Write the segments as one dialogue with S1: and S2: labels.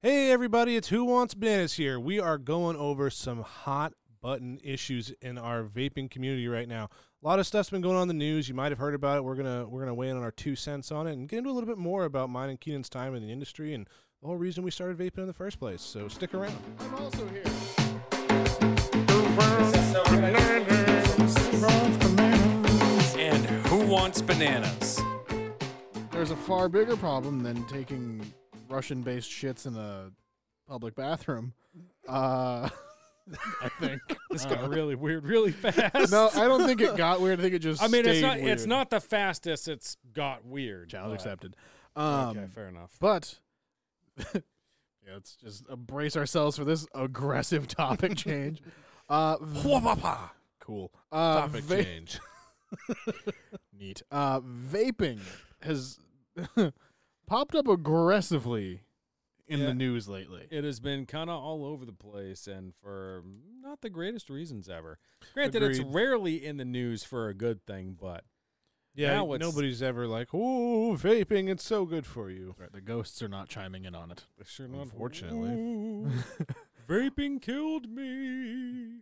S1: Hey, everybody, it's Who Wants Bananas here. We are going over some hot button issues in our vaping community right now. A lot of stuff's been going on in the news. You might have heard about it. We're gonna we're gonna weigh in on our two cents on it and get into a little bit more about mine and Keenan's time in the industry and the whole reason we started vaping in the first place. So stick around.
S2: I'm also here.
S3: and Who Wants Bananas?
S2: There's a far bigger problem than taking Russian-based shits in a public bathroom. Uh, I think.
S4: This got really weird really fast.
S2: No, I don't think it got weird. I think it just.
S4: I mean it's
S2: stayed
S4: not it's
S2: weird.
S4: not the fastest it's got weird.
S2: Challenge
S4: but-
S2: accepted. Um,
S4: okay, fair enough.
S2: But yeah, let's just brace ourselves for this aggressive topic change. Uh, cool. Uh,
S1: Topic
S2: va-
S1: change.
S2: Neat. Uh, vaping has popped up aggressively in
S4: Yeah.
S2: the news lately.
S4: It has been kind of all over the place and for not the greatest reasons ever. Granted, it's
S1: Agreed.
S4: rarely in the news for a good thing, but
S1: Yeah,
S4: Now it's-
S1: nobody's ever like, "Ooh, vaping, it's so good for you."
S2: Right, the ghosts are not chiming in on it.
S4: sure
S1: not-
S4: not.
S1: Unfortunately.
S4: vaping killed me.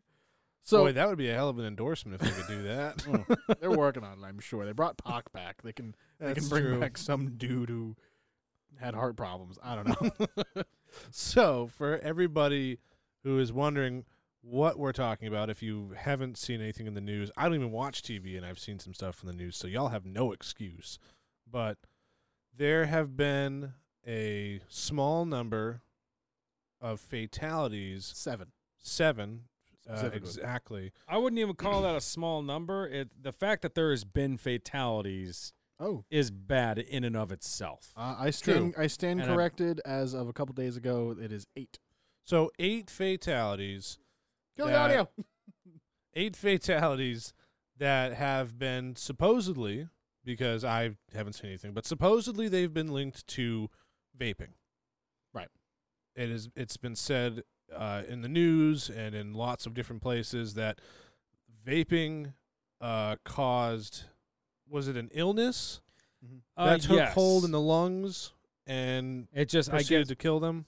S2: So
S1: Boy, that would be a hell of an endorsement if they could do that.
S2: Mm. they're working on it, I'm sure. They brought Pac back. They can they
S1: That's
S2: can bring
S1: true.
S2: back some dude who had heart problems. I don't know.
S1: So, for everybody who is wondering what we're talking about, if you haven't seen anything in the news, I don't even watch TV and I've seen some stuff in the news, so y'all have no excuse. But there have been a small number of fatalities,
S2: Seven.
S1: seven uh,
S2: Specifically.
S1: exactly.
S4: I wouldn't even call that a small number. It the fact that there has been fatalities
S2: Oh,
S4: is bad in and of itself.
S2: uh, I stand I stand
S4: And I'm-
S2: corrected as of a couple days ago. It is eight. Uh,
S1: So, eight fatalities
S2: Kill
S1: the audio. eight fatalities that have been supposedly because I haven't seen anything, but supposedly they've been linked to vaping.
S2: Right.
S1: It is. It's been said uh, in the news and in lots of different places that vaping uh, caused was it an illness
S4: Uh,
S1: that took
S4: yes.
S1: hold in the lungs and
S4: It just I
S1: proceeded
S4: guess
S1: to kill them.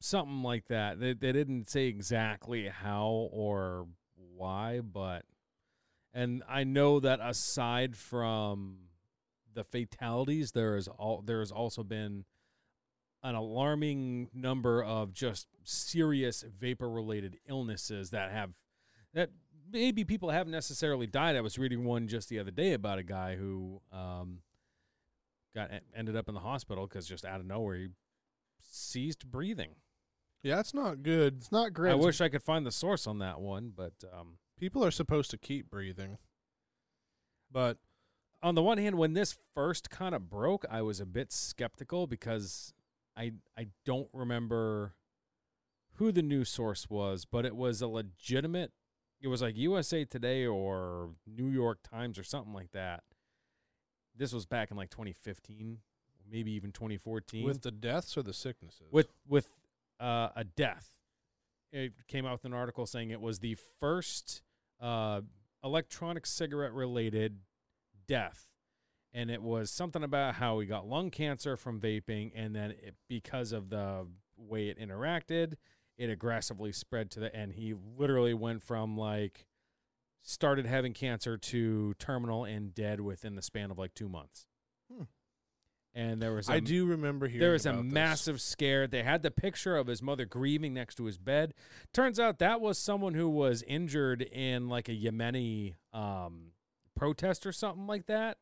S4: something like that. They they didn't say exactly how or why, but and I know that aside from the fatalities, there is all there has also been an alarming number of just serious vapor related illnesses that have that maybe people haven't necessarily died. I was reading one just the other day about a guy who um, got e, ended up in the hospital because just out of nowhere he ceased breathing.
S1: Yeah, that's not good.
S2: It's not great.
S4: I wish I could find the source on that one, but um,
S1: People are supposed to keep breathing, but
S4: on the one hand, when this first kind of broke, I was a bit skeptical because I I don't remember who the news source was, but it was a legitimate. It was like USA Today or New York Times or something like that. This was back in like 2015, maybe even 2014.
S1: with the deaths or the sicknesses,
S4: with with uh, a death. It came out with an article saying it was the first uh, electronic cigarette related death, and it was something about how he got lung cancer from vaping, and then it, because of the way it interacted, it aggressively spread to the and he literally went from like started having cancer to terminal and dead within the span of like two months.
S2: Hmm.
S4: And there was
S1: I
S4: a-
S1: do remember hearing
S4: there was a
S1: about this.
S4: massive scare. They had the picture of his mother grieving next to his bed. Turns out that was someone who was injured in like a Yemeni um, protest or something like that.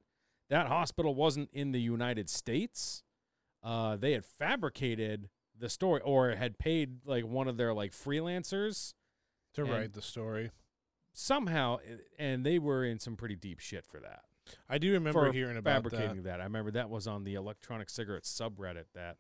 S4: That hospital wasn't in the United States. Uh, they had fabricated the story or had paid like one of their like freelancers
S1: to
S4: and-
S1: write the story.
S4: somehow, a- and they were in some pretty deep shit for that.
S1: I do remember
S4: for
S1: hearing about uh, that.
S4: fabricating that. I remember that was on the electronic cigarette subreddit that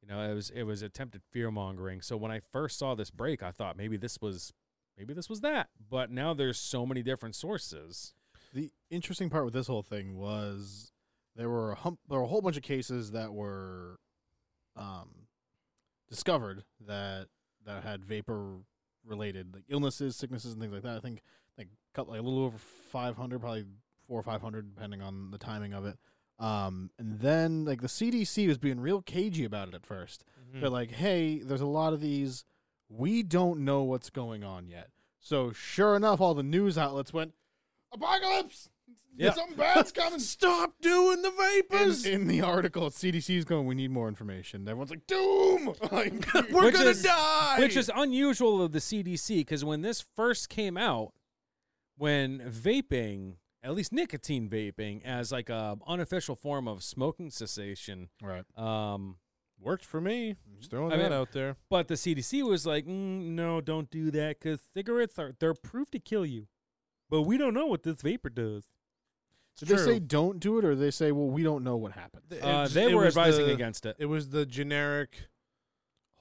S4: you know it was it was attempted fear mongering. So when I first saw this break, I thought maybe this was maybe this was that. But now there's so many different sources.
S2: The interesting part with this whole thing was there were a hump, there were a whole bunch of cases that were um, discovered that that had vapor related like illnesses, sicknesses, and things like that. I think like couple, like a little over five hundred, probably four or five hundred, depending on the timing of it. Um, and then like the CDC was being real cagey about it at 1st they They're like, hey, there's a lot of these. We don't know what's going on yet. So sure enough, all the news outlets went apocalypse.
S4: Yeah.
S2: Something bad's coming.
S1: Stop doing the
S2: In,
S1: vapors.
S2: in the article, CDC's going, we need more information. Everyone's like, doom. Like,
S1: We're
S4: Which
S1: gonna
S4: is-
S1: die.
S4: Which is unusual of the CDC because when this first came out, when vaping, at least nicotine vaping, as like a unofficial form of smoking cessation,
S2: right.
S4: um,
S1: worked for me. Just throwing
S4: I
S1: that
S4: mean-
S1: out there.
S4: but the CDC was like, mm, no, don't do that because cigarettes are they're proof to kill you, but we don't know what this vapor does.
S2: Did they say don't do it, or they say, well, we don't know what happened?
S4: Uh,
S1: It's-
S4: they
S1: it
S4: were
S1: was
S4: advising
S1: the-
S4: against it.
S1: It was the generic.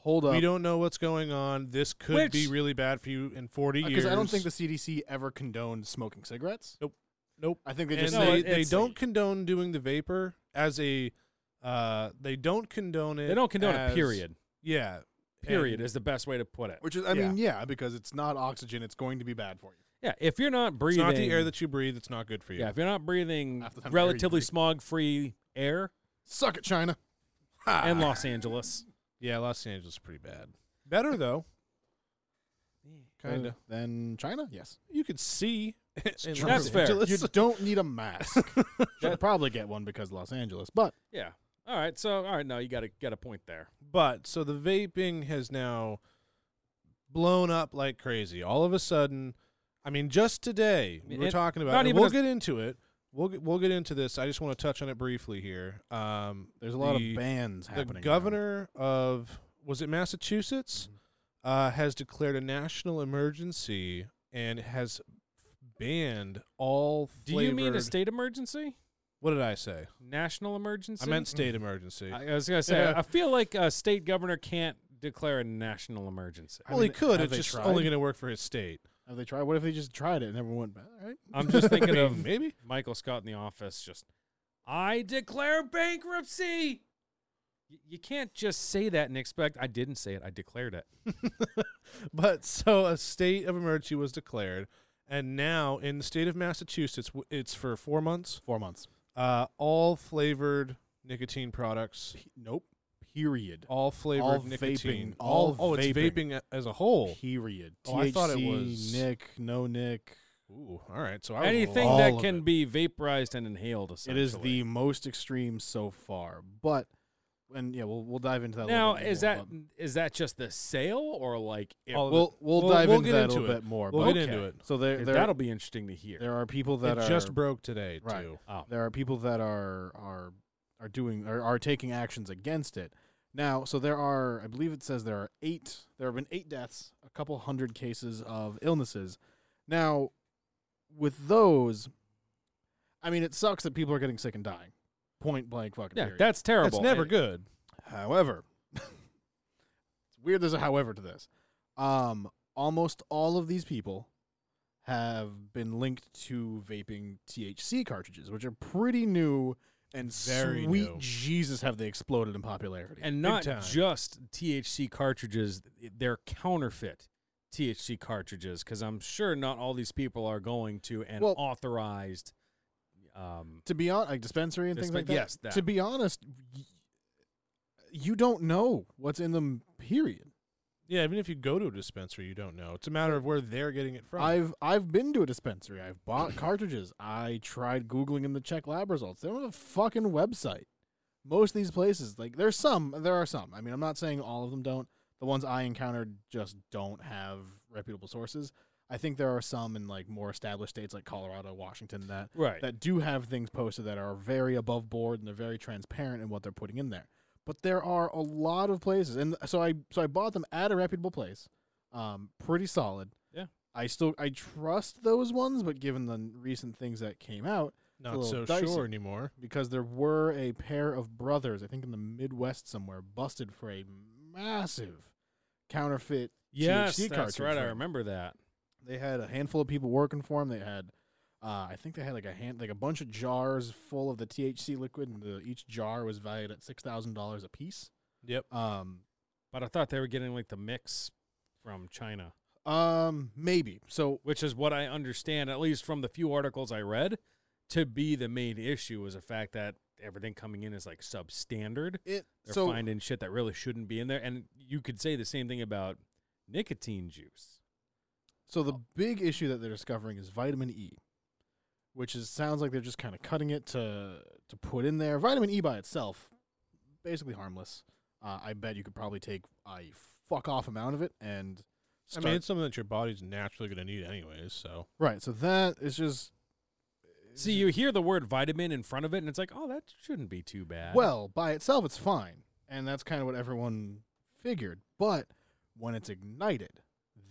S2: Hold up.
S1: we don't know what's going on. This could be
S4: Which- Uh,
S1: really bad for you in 40 years.
S2: Because Uh, I don't think the CDC ever condoned smoking cigarettes.
S1: Nope. Nope.
S2: I think they
S1: And
S2: just
S4: No,
S1: they,
S4: it-
S1: they
S4: it's-
S1: don't condone doing the vapor as a. Uh, they don't condone it.
S4: They don't condone
S1: as-
S4: it. Period.
S1: Yeah.
S4: Period
S1: And-
S4: is the best way to put it.
S2: which is, I mean, yeah, because it's not oxygen. It's going to be bad for you.
S4: Yeah, if you're not
S1: It's
S4: breathing,
S1: not the air that you breathe. It's not good for you.
S4: yeah, if you're not breathing
S2: Half the time air you
S4: relatively
S2: breathe.
S4: smog-free air
S2: Suck it, China. Ah.
S4: in Los Angeles.
S1: Yeah, Los Angeles is pretty bad. Better though. Kinda.
S2: Then China? Yes.
S1: You could see. in
S4: true.
S1: Los
S4: That's fair.
S1: Angeles.
S2: You don't need a mask. Should probably get one because Los Angeles, but
S4: Yeah. All right. So all right. No, you got a got a point there.
S1: But so the vaping has now blown up like crazy. All of a sudden, I mean, just today we
S4: mean,
S1: were
S4: it-
S1: talking about.
S4: not
S1: it, and
S4: even
S1: we'll
S4: a-
S1: get into it. We'll get, we'll get into this. I just want to touch on it briefly here. Um,
S2: there's a lot
S1: the-
S2: of bans happening.
S1: The
S2: now.
S1: governor of was it Massachusetts uh, has declared a national emergency and has banned all.
S4: Do you mean a
S1: flavored-
S4: state emergency?
S1: What did I say?
S4: National emergency?
S1: I meant state emergency.
S4: I, I was gonna say.
S1: Yeah.
S4: I feel like a state governor can't declare a national emergency.
S2: I
S1: well, he
S2: mean,
S1: could.
S2: have
S1: It's
S2: they
S1: just
S2: tried?
S1: only going to work for his state.
S2: Have they tried? What if they just tried it and everyone went back? Right?
S4: I'm just thinking
S1: I mean,
S4: of
S1: maybe.
S4: Michael Scott in the office. Just I declare bankruptcy. Y- You can't just say that and expect. I didn't say it. I declared it.
S1: But so a state of emergency was declared, and now in the state of Massachusetts, w- it's for four months.
S2: Four months.
S1: Uh, all flavored nicotine products,
S2: P- nope. Period.
S1: all flavored
S2: All
S1: nicotine,
S2: vaping, all
S1: oh, it's
S2: vaping.
S1: vaping a- as a whole.
S2: Period.
S1: Oh, I thought it
S2: THC,
S1: was-
S2: Nick. No Nick.
S1: Ooh, all right. So I was a little
S4: Anything
S1: off.
S2: Oh, all
S4: that
S2: of
S4: can
S2: it.
S4: be vaporized and inhaled.
S2: It is
S4: essentially.
S2: the most extreme so far, but and yeah, we'll we'll dive into that. a little
S4: Now
S2: bit
S4: is
S2: more,
S4: that
S2: but-
S4: is that just the sale or like if-
S1: All of
S2: we'll we'll,
S1: We'll-
S2: dive
S1: we'll
S2: into
S1: get
S2: that
S1: into
S2: a little
S1: it.
S2: bit more.
S1: We'll
S2: but-
S1: get
S4: Okay.
S1: into it.
S2: So Oh, there there,
S4: that'll be interesting to hear.
S2: there are people that
S1: it
S2: are
S1: just broke today
S2: Right.
S1: too.
S4: oh,
S2: there are people that are are are doing are, are taking actions against it. Now, so there are I believe it says there are eight there have been eight deaths, a couple hundred cases of illnesses. Now, with those, I mean it sucks that people are getting sick and dying. Point blank fucking
S4: yeah,
S2: period.
S4: that's terrible.
S1: That's never
S4: I-
S1: good.
S2: However, it's weird there's a however to this. Um, almost all of these people have been linked to vaping THC cartridges, which are pretty new and
S1: Very
S2: sweet
S1: new.
S2: Jesus have they exploded in popularity.
S4: And not
S1: time.
S4: just THC cartridges; they're counterfeit THC cartridges because I'm sure not all these people are going to an
S2: Well-
S4: authorized. Um,
S2: to be on like dispensary and things like
S4: Dispen-
S2: that.
S4: yes, that.
S2: To be honest, y- you don't know what's in them. Period.
S1: Yeah, even if you go to a dispensary, you don't know. It's a matter of where they're getting it from.
S2: I've I've been to a dispensary. I've bought cartridges. I tried googling in the check lab results. They don't have a fucking website. Most of these places, like there's some, there are some. I mean, I'm not saying all of them don't. The ones I encountered just don't have reputable sources. I think there are some in like more established states like Colorado, Washington that
S4: right.
S2: that do have things posted that are very above board and they're very transparent in what they're putting in there. But there are a lot of places, and so I so I bought them at a reputable place, um, pretty solid.
S4: Yeah.
S2: I still I trust those ones, but given the recent things that came out,
S1: Not so
S2: little dicey.
S1: sure anymore.
S2: because there were a pair of brothers, I think in the Midwest somewhere, busted for a massive counterfeit
S4: yes,
S2: THC
S4: that's
S2: cartridge
S4: right. I
S2: thing.
S4: remember that.
S2: They had a handful of people working for them. They had, uh, I think they had like a hand, like a bunch of jars full of the THC liquid, and the, each jar was valued at six thousand dollars a piece.
S1: Yep.
S2: Um,
S4: But I thought they were getting like the mix from China,
S2: um, maybe. So
S4: which is what I understand, at least from the few articles I read. to be the main issue is the fact that everything coming in is like substandard.
S2: It
S4: They're
S2: so
S4: finding shit that really shouldn't be in there, and you could say the same thing about nicotine juice.
S2: so the big issue that they're discovering is vitamin E, which is sounds like they're just kind of cutting it to to put in there. Vitamin E by itself, basically harmless. Uh, I bet you could probably take a fuck off amount of it and.
S1: I
S2: Start,
S1: mean, it's something that your body's naturally going to need anyways. So
S2: right. So that is just
S4: See, you hear the word vitamin in front of it, and it's like, oh, that shouldn't be too bad.
S2: Well, by itself, it's fine. And that's kind of what everyone figured. But when it's ignited,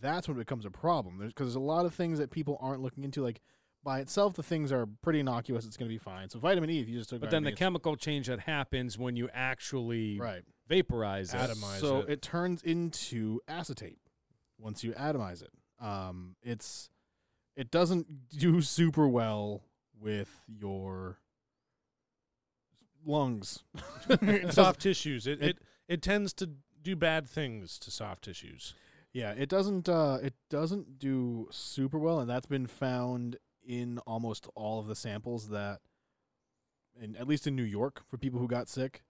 S2: that's when it becomes a problem. Because there's, a lot of things that people aren't looking into. Like, by itself, the things are pretty innocuous. It's going to be fine. So, vitamin E, if you just took
S4: but then the
S2: vitamin
S4: chemical change that happens when you actually
S2: E, Right.
S4: vaporize it.
S1: Atom- atomize
S2: so
S1: it.
S2: it. turns into acetate once you atomize it. Um, it's it doesn't do super well with your lungs. It doesn't-
S1: soft tissues, it, it
S2: it-
S1: it tends to do bad things to soft tissues.
S2: Yeah, it doesn't uh it doesn't do super well and that's been found in almost all of the samples that in at least in New York for people who got sick.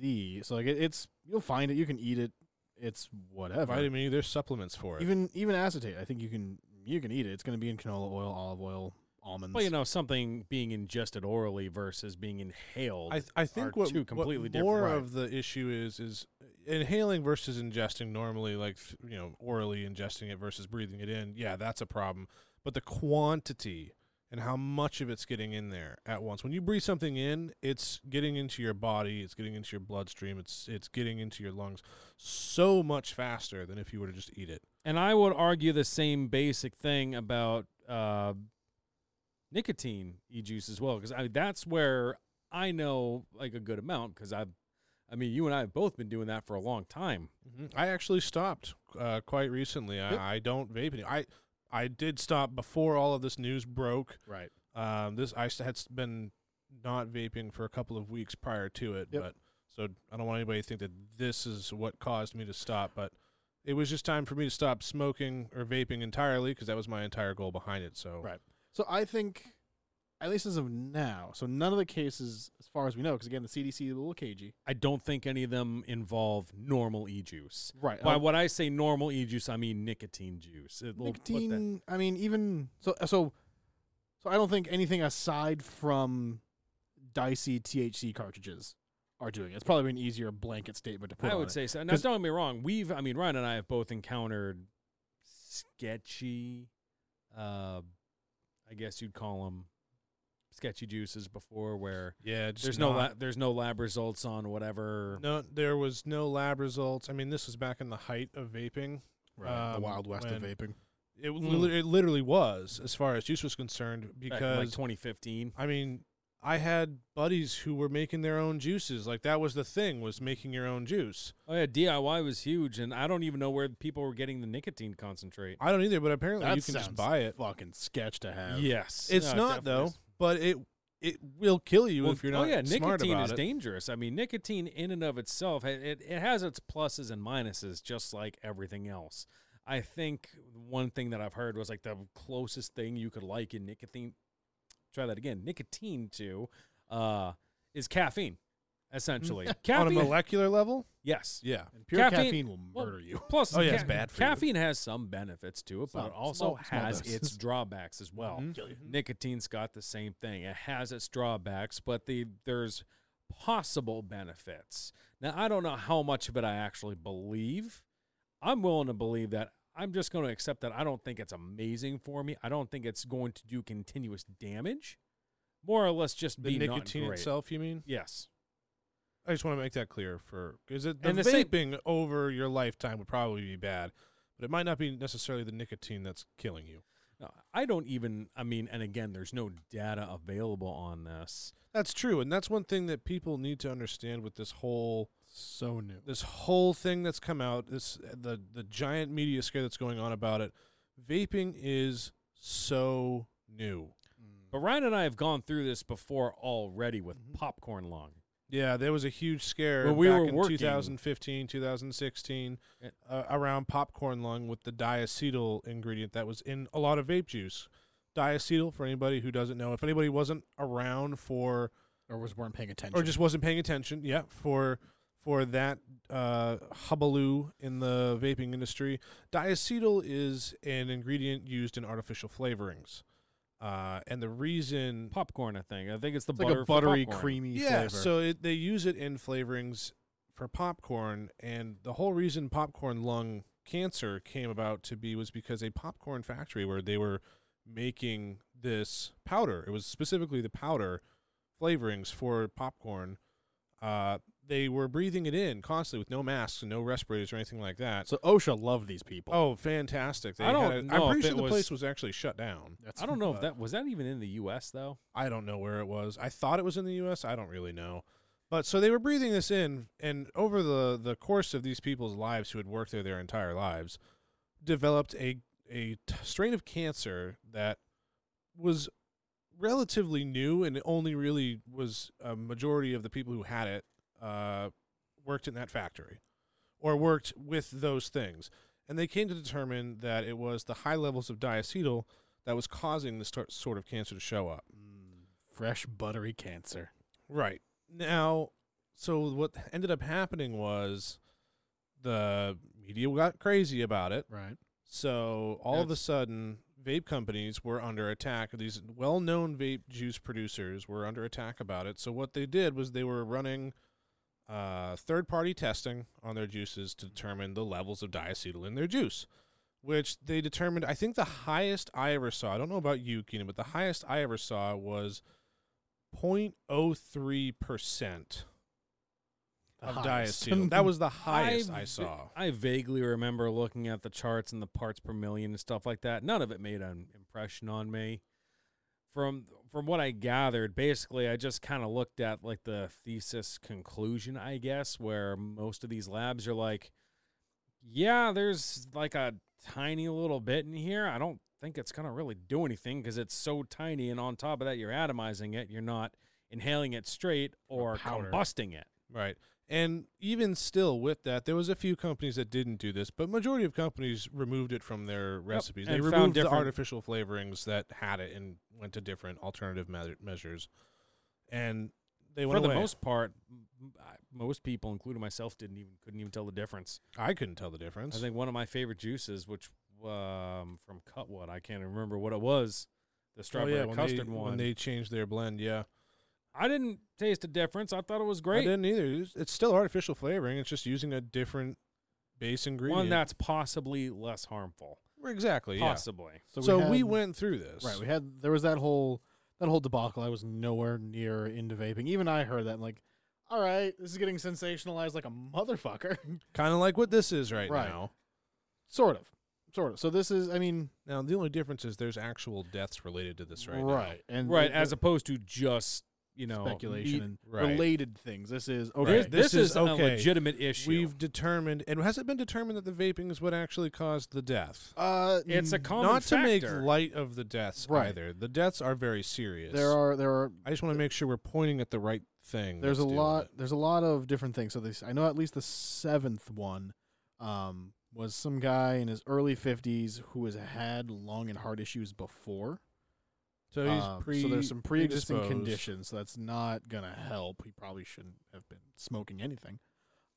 S2: The so like it, it's you'll find it, you can eat it, it's whatever.
S1: Vitamin E, there's supplements for it.
S2: Even even acetate, I think you can you can eat it. It's going to be in canola oil, olive oil, almonds.
S4: Well, you know, something being ingested orally versus being inhaled.
S1: I, th- I
S4: are
S1: think what,
S4: two
S1: what
S4: completely different-
S1: more
S4: Right.
S1: of the issue is is inhaling versus ingesting normally like f- you know orally ingesting it versus breathing it in yeah that's a problem but the quantity and how much of it's getting in there at once when you breathe something in it's getting into your body it's getting into your bloodstream it's it's getting into your lungs so much faster than if you were to just eat it
S4: and I would argue the same basic thing about uh, nicotine e juice as well, because I that's where I know like a good amount because I've, I mean, you and I have both been doing that for a long time.
S1: Mm-hmm. I actually stopped uh, quite recently I,
S2: Yep.
S1: I don't vape anymore I I did stop before all of this news broke
S2: right.
S1: Um, this I s- had s- been not vaping for a couple of weeks prior to it,
S2: Yep.
S1: but so I don't want anybody to think that this is what caused me to stop. But it was just time for me to stop smoking or vaping entirely because that was my entire goal behind it. So
S2: Right. So I think, at least as of now, so none of the cases, as far as we know, because again, the CDC is a little cagey.
S4: I don't think any of them involve normal e juice.
S2: Right.
S4: By what I say normal e juice, I mean nicotine juice. It will put that-
S2: nicotine. I mean, even so, uh, so, so I don't think anything aside from dicey THC cartridges are doing it. It's probably an easier blanket statement to put.
S4: I
S2: on
S4: would
S2: it.
S4: say so. Now,
S2: 'Cause-
S4: don't get me wrong. We've, I mean, Ryan and I have both encountered sketchy, uh, I guess you'd call them sketchy juices before, where
S1: Yeah, just
S4: there's no
S1: not-
S4: la- there's no lab results on whatever.
S1: no. There was no lab results. I mean, this was back in the height of vaping.
S2: right, the
S1: um,
S2: wild west of
S1: when-
S2: vaping.
S1: It, li- it literally was, as far as juice was concerned,
S4: Hmm. back in, like
S1: because
S4: 2015.
S1: I mean, I had buddies who were making their own juices. Like that was the thing was making your own juice.
S4: Oh yeah, DIY was huge, and I don't even know where people were getting the nicotine concentrate.
S1: I don't either, but apparently
S2: That
S1: you can just
S2: sounds
S1: buy it.
S2: Fucking sketch to have.
S4: Yes,
S1: It's
S4: No, it
S1: not
S4: definitely
S1: though,
S4: is.
S1: but it it will kill you
S4: Well,
S1: if you're not
S4: oh yeah,
S1: smart
S4: nicotine
S1: about
S4: is
S1: it.
S4: dangerous. I mean, nicotine in and of itself, ha- it, it has its pluses and minuses, just like everything else. I think one thing that I've heard was like the closest thing you could liken nicotine. Try that again. Nicotine to uh, is caffeine, essentially.
S1: On a
S4: caffeine,
S1: molecular level,
S4: yes.
S1: yeah,
S2: And pure
S4: Caffeine-
S2: caffeine, will murder
S4: well,
S2: you.
S4: Plus,
S1: Oh, yeah, it's
S4: ca-
S1: bad for you.
S4: caffeine has some benefits to it, but
S2: Some-
S4: it also
S2: small- small
S4: has its
S2: doses.
S4: drawbacks as well
S1: Mhm.
S4: nicotine's got the same thing. It has its drawbacks, but the there's possible benefits. Now I don't know how much of it I actually believe. I'm willing to believe that. I'm just going to accept that I don't think it's amazing for me. I don't think it's going to do continuous damage. More or less, just
S1: the
S4: be not
S1: nicotine
S4: great.
S1: itself. You mean?
S4: Yes,
S1: I just want to make that clear for because it the,
S4: And the same-
S1: vaping over your lifetime would probably be bad, but it might not be necessarily the nicotine that's killing you.
S4: No, I don't even. I mean, and again, there's no data available on this.
S1: That's true, and that's one thing that people need to understand with this whole
S2: So new.
S1: this whole thing that's come out, this the the giant media scare that's going on about it. Vaping is so new.
S4: But Ryan and I have gone through this before already with
S2: Mm-hmm.
S4: popcorn lung.
S1: Yeah, there was a huge scare
S4: When we
S1: back
S4: were
S1: in
S4: working-
S1: 2015, 2016
S4: Yeah.
S1: uh, around popcorn lung with the diacetyl ingredient that was in a lot of vape juice. diacetyl for anybody who doesn't know. If anybody wasn't around for
S2: or was weren't paying attention.
S1: or just wasn't paying attention, yeah, for for that uh, hubaloo in the vaping industry, diacetyl is an ingredient used in artificial flavorings, uh, and the reason
S4: popcorn. I think. I think it's the
S2: it's like
S4: butter
S2: a
S4: for
S2: buttery,
S4: popcorn.
S2: creamy
S1: yeah,
S2: flavor.
S1: so it, they use it in flavorings for popcorn, and the whole reason popcorn lung cancer came about to be was because a popcorn factory where they were making this powder. It was specifically the powder flavorings for popcorn. Uh, they were breathing it in constantly with no masks and no respirators or anything like that.
S2: so OSHA loved these people.
S1: Oh, fantastic! They
S4: I don't
S1: had a-
S4: know
S1: I'm
S4: if
S1: pretty sure
S4: it
S1: the
S4: was-
S1: place was actually shut down.
S2: That's-
S4: I don't know if
S2: uh,
S4: that was that even in the U.S. though.
S1: I don't know where it was. I thought it was in the U.S. I don't really know. But so they were breathing this in, and over the the course of these people's lives who had worked there their entire lives, developed a a t- strain of cancer that was relatively new and only really was a majority of the people who had it uh, worked in that factory or worked with those things. And they came to determine that it was the high levels of diacetyl that was causing this tor- sort of cancer to show up.
S2: Mm, fresh buttery cancer.
S1: Right. Now, so what ended up happening was the media got crazy about it.
S2: Right.
S1: So all of a sudden, vape companies were under attack. These well known vape juice producers were under attack about it. So what they did was they were running uh, third party testing on their juices to determine the levels of diacetyl in their juice. Which they determined, I think the highest I ever saw, I don't know about you, Keenan, but the highest I ever saw was 0.03%
S2: The
S1: of
S2: highest.
S1: diacetyl. That was the highest
S4: I
S1: I
S4: v-
S1: saw.
S4: I vaguely remember looking at the charts and the parts per million and stuff like that. None of it made an impression on me. From from what I gathered, basically, I just kind of looked at like the thesis conclusion, I guess, where most of these labs are like, yeah, there's like a tiny little bit in here. I don't think it's gonna really do anything because it's so tiny, and on top of that, you're atomizing it. You're not inhaling it straight
S2: Or
S4: or
S2: powder.
S4: combusting it.
S1: Right. And even still with that, there was a few companies that didn't do this, but majority of companies removed it from their recipes. They
S4: and found
S1: removed the
S4: different-
S1: artificial flavorings that had it and went to different alternative me- measures. And they
S4: for
S1: went
S4: the
S1: away.
S4: most part, m- m- I- most people, including myself, didn't even couldn't even tell the difference.
S1: I couldn't tell the difference.
S4: I think one of my favorite juices, which um, from Cutwood, I can't remember what it was, the
S1: Oh,
S4: strawberry
S1: yeah, when
S4: custard
S1: they,
S4: one.
S1: when they changed their blend, yeah.
S4: I didn't taste a difference. I thought it was
S1: I
S4: great.
S1: didn't either. It's- It's still artificial flavoring. It's just using a different base ingredient.
S4: One that's possibly less harmful,
S1: exactly. Yeah.
S4: possibly.
S1: So, we,
S2: had-
S1: went through this.
S2: Right. We had there was that whole that whole debacle. I was nowhere near into vaping. Even I heard that. and like, all right, this is getting sensationalized like a motherfucker.
S1: Kind of like what this is right,
S2: Right.
S1: now.
S2: sort of. Sort of. So this is. I mean.
S1: Now, the only difference is there's actual deaths related to this right, now.
S2: right. And
S4: Right,
S2: it-
S4: as opposed to just you know
S2: speculation and
S1: right.
S2: related things. This is
S4: meat-
S2: okay.
S1: Right.
S4: This,
S1: This
S4: is,
S1: is
S4: a
S1: okay.
S4: legitimate issue.
S1: We've determined, and has it been determined that the vaping is what actually caused the death?
S2: Uh,
S4: it's a
S2: n-
S4: common
S1: Not to make
S4: factor.
S1: light of the deaths
S2: Right.
S1: either. The deaths are very serious.
S2: There are there are
S1: I just want to make sure we're pointing at the right thing.
S2: there's a
S1: that's doing
S2: lot
S1: it.
S2: there's a lot of different things. So this I know at least the seventh one um, was some guy in his early fifties who has had lung and heart issues before.
S1: So he's
S2: Um,
S1: pre.
S2: so there's some pre-existing
S1: predisposed.
S2: conditions. So that's not gonna help. He probably shouldn't have been smoking anything.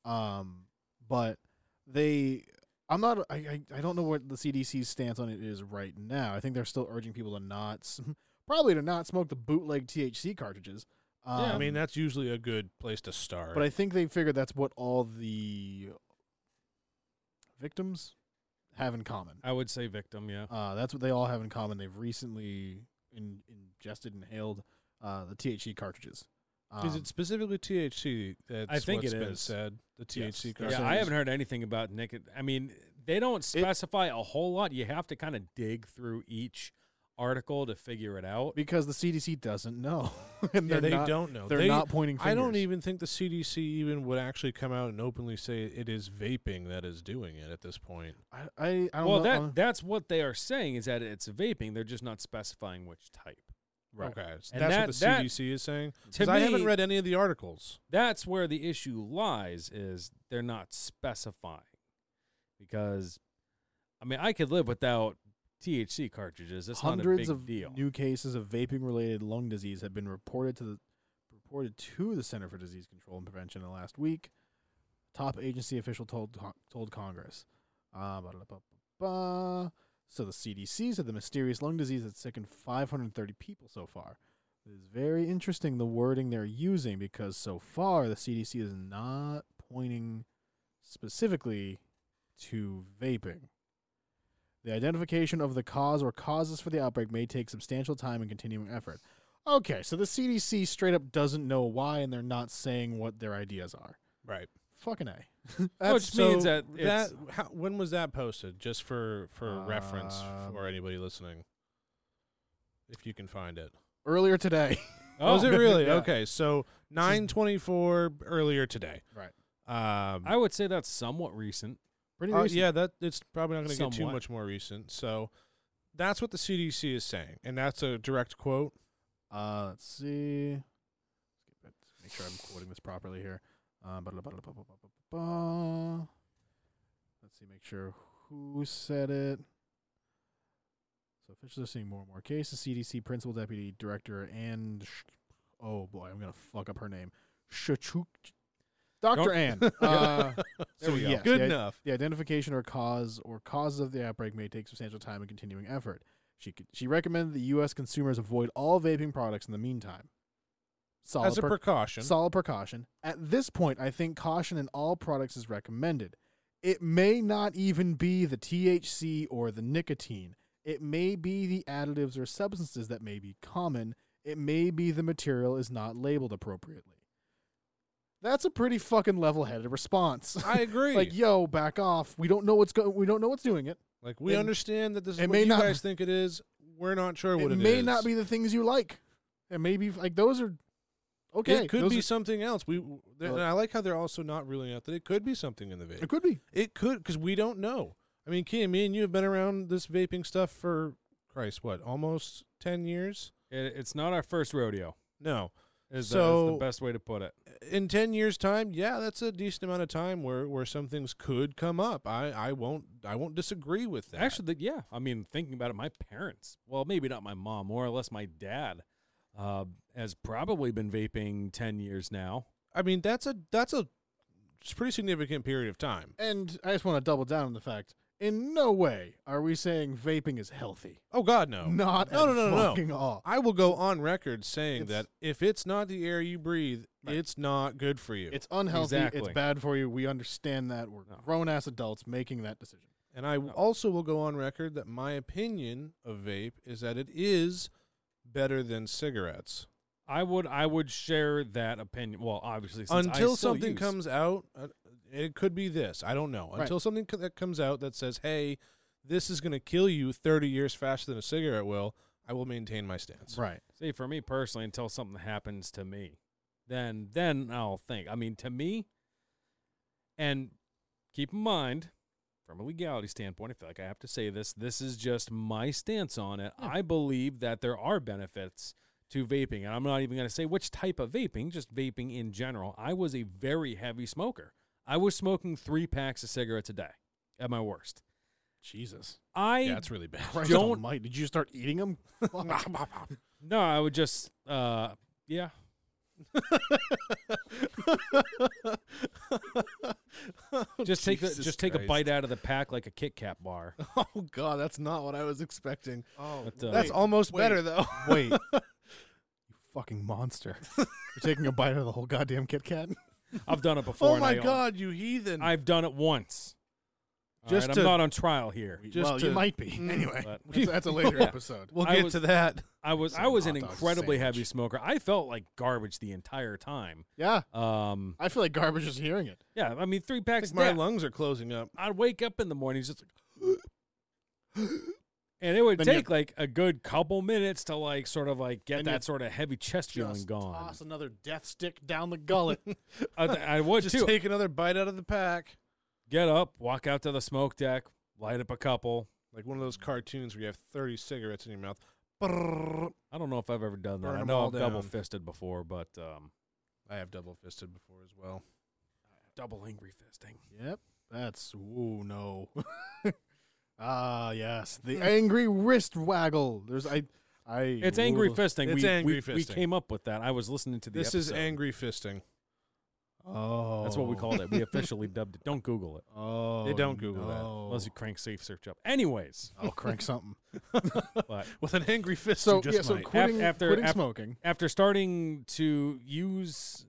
S2: Um, but they, I'm not. I, I I don't know what the CDC's stance on it is right now. I think they're still urging people to not, s- probably to not smoke the bootleg THC cartridges. Um,
S1: I mean, that's usually a good place to start.
S2: But I think they figured that's what all the victims have in common.
S4: I would say victim. Yeah,
S2: Uh, that's what they all have in common. They've recently in, ingested, inhaled uh, the THC cartridges.
S1: is
S2: Um,
S1: it specifically THC? That's
S4: think
S1: what's
S4: it
S1: been
S4: is.
S1: said. The
S2: Yes.
S1: THC.
S2: Yeah,
S1: cartridge.
S4: Yeah, I haven't heard anything about nicot. I mean, they don't specify a whole lot. You have to kind of dig through each article to figure it out.
S2: because the CDC doesn't know, and
S1: Yeah,
S2: they're
S1: they
S2: not,
S1: don't know.
S2: They're
S1: They-
S2: not pointing. Fingers.
S1: I don't even think the CDC even would actually come out and openly say it is vaping that is doing it at this point.
S2: I, I, I don't
S4: Well,
S2: know.
S4: that
S2: uh,
S4: that's what they are saying is that it's vaping. They're just not specifying which type.
S2: Right.
S1: Okay, so
S4: And
S1: that's what
S4: that-
S1: the
S4: that-
S1: CDC is saying.
S4: To
S1: Because I haven't
S4: me-
S1: read any of the articles.
S4: That's where the issue lies is they're not specifying. Because I mean, I could live without THC cartridges. It's
S2: Hundreds
S4: not a
S2: of
S4: big deal.
S2: new cases of vaping-related lung disease have been reported to the reported to the Center for Disease Control and Prevention in the last week. Top agency official told Con- told Congress. Uh, ba- da- ba- ba- ba. So the CDC said the mysterious lung disease has sickened 530 people so far. It is very interesting the wording they're using because so far the CDC is not pointing specifically to vaping. The identification of the cause or causes for the outbreak may take substantial time and continuing effort. Okay, so the CDC straight up doesn't know why, and they're not saying what their ideas are.
S1: Right.
S2: Fucking a.
S4: Which means that
S1: that
S4: it's-
S1: how, when was that posted? Just for for reference
S2: Um,
S1: for anybody listening, if you can find it.
S2: Earlier today,
S1: Oh, is it really?
S2: Yeah.
S1: Okay, so nine twenty four earlier today.
S2: Right.
S1: Um,
S4: I would say that's somewhat recent.
S2: pretty
S1: Uh,
S2: recent.
S1: yeah, that it's probably not going to get too
S4: Somewhat.
S1: much more recent. So that's what the CDC is saying, and that's a direct quote.
S2: Uh, let's see. Let's get back to- Make sure I'm quoting this properly here. Uh, ba- da- ba- da- ba- ba- ba- ba- ba. Let's see. Make sure who said it. So officials are seeing more and more cases. CDC principal deputy director and sh- oh boy, I'm gonna fuck up her name. Shachuk. Dr.
S4: Don't-
S2: Ann. Uh,
S1: There
S2: so
S1: we go.
S2: yes,
S1: Good
S2: the i-
S1: enough.
S2: the identification or cause or causes of the outbreak may take substantial time and continuing effort. She could, she recommended the U.S. consumers avoid all vaping products in the meantime. Solid
S1: As a
S2: per-
S1: precaution,
S2: solid precaution. At this point, I think caution in all products is recommended. It may not even be the THC or the nicotine. It may be the additives or substances that may be common. It may be the material is not labeled appropriately. That's a pretty fucking level-headed response.
S1: I agree.
S2: like,
S1: like,
S2: yo, back off. We don't know what's going. We don't know what's doing it.
S1: we
S2: it-
S1: understand that this is
S2: it
S1: what
S2: may
S1: you
S2: not-
S1: guys think it is. We're not sure what
S2: it
S1: it
S2: may
S1: is.
S2: not be the things you like. It may be like those are okay.
S1: it could
S2: those
S1: be
S2: are-
S1: something else. We they-
S2: Uh,
S1: and I like how they're also not ruling out that it could be something in the vape.
S2: it could be.
S1: It could because we don't know. I mean, Kia, me and you have been around this vaping stuff for Christ, what almost ten years?
S4: It, it's not our first rodeo.
S1: No,
S4: Is, the, is
S1: So-
S4: the best way to put it.
S1: in 10 years time yeah that's a decent amount of time where where some things could come up i i won't i won't disagree with that
S4: Actually, the, yeah. I mean, thinking about it, my parents, well, maybe not my mom, more or less my dad, uh, has probably been vaping 10 years now.
S1: i mean that's a that's a s- pretty significant period of time
S2: And I just want to double down on the fact: in no way are we saying vaping is healthy.
S1: oh god no
S2: Not
S1: no
S2: at
S1: no no no,
S2: fucking
S1: no
S2: all.
S1: i will go on record saying
S2: It's-
S1: that if it's not the air you breathe
S2: Right.
S1: it's not good for you
S2: It's unhealthy. It's
S4: Exactly.
S2: bad for you. We understand that. We're
S4: No.
S2: grown ass adults making that decision.
S1: and i
S4: No.
S1: also will go on record that my opinion of vape is that it is better than cigarettes
S4: I would I would share that opinion. Well, obviously, since I
S1: until
S4: still
S1: something
S4: use-
S1: comes out uh, it could be this i don't know
S2: Right.
S1: until something co- that comes out that says hey this is going to kill you 30 years faster than a cigarette will i will maintain my stance
S2: Right.
S4: See, for me personally, until something happens to me, then then I'll think. I mean, to me, and keep in mind, from a legality standpoint, I feel like I have to say this. This is just my stance on it. I believe that there are benefits to vaping, and I'm not even going to say which type of vaping, just vaping in general. I was a very heavy smoker. I was smoking three packs of cigarettes a day at my worst.
S2: Jesus.
S4: I
S1: yeah it's really bad
S2: Christ
S4: Don't-
S2: almighty, Did you start eating them?
S4: no, I would just uh yeah. just take the,
S1: Jesus
S4: just take a
S1: Christ.
S4: bite out of the pack like a Kit Kat bar.
S1: oh god that's not what i was expecting
S2: oh,
S4: But, uh,
S1: that's
S4: Wait,
S1: almost better though
S2: Wait. you fucking monster. You're taking a bite out of the whole goddamn Kit Kat?
S4: I've done it before.
S1: oh
S4: and
S1: my
S4: I-
S1: god you heathen
S4: I've done it once. All
S1: Just
S4: right,
S1: to-
S4: I'm not on trial here.
S1: Just
S2: well, you
S1: to-
S2: might be.
S1: Mm.
S2: Anyway,
S4: But-
S2: that's, that's a later
S4: Yeah.
S2: episode.
S1: we'll
S4: I
S1: get
S4: was-
S1: to that
S4: I was
S2: Some
S4: I was
S2: hot
S4: an
S2: dog
S4: incredibly heavy
S2: sandwich.
S4: smoker. I felt like garbage the entire time.
S2: Yeah,
S4: Um,
S2: I feel like garbage just hearing it.
S4: yeah, I mean three
S1: I
S4: packs.
S1: think
S4: a
S1: my
S4: day.
S1: lungs are closing up
S4: I'd wake up in the morning just like, and it would
S2: Then you-
S4: take like a good couple minutes to like sort of like get
S2: Then you
S4: that sort of heavy chest feeling
S2: Just
S4: gone.
S2: Toss another death stick down the gullet.
S4: I, I would
S1: just
S4: too.
S1: take another bite out of the pack
S4: get up, walk out to the smoke deck, light up a couple.
S1: like one of those cartoons where you have 30 cigarettes in your mouth Brrrr.
S4: I don't know if I've ever done that.
S1: Burn
S4: I
S1: 'em
S4: know
S1: all
S4: I've double
S1: down.
S4: fisted before, but um,
S1: i have double fisted before as well
S4: double angry fisting.
S2: yep, that's ooh no. Ah, yes, the angry wrist waggle. There's I, I.
S4: It's angry
S2: Ugh.
S4: fisting.
S1: It's
S4: we,
S1: angry
S4: we, We
S1: fisting.
S4: came up with that. I was listening to the.
S1: This is
S4: episode.
S1: angry fisting.
S2: Oh,
S4: That's what we called it. We officially dubbed it. Don't Google it
S2: Oh,
S1: They don't Google that.
S2: no.
S4: unless you crank safe search up. Anyways,
S1: Oh.
S2: I'll crank something.
S4: but
S1: With an angry fist,
S2: So
S1: you just
S2: yeah, so
S1: might.
S2: quitting
S4: after-
S2: quitting
S4: af-
S2: smoking.
S4: after starting to use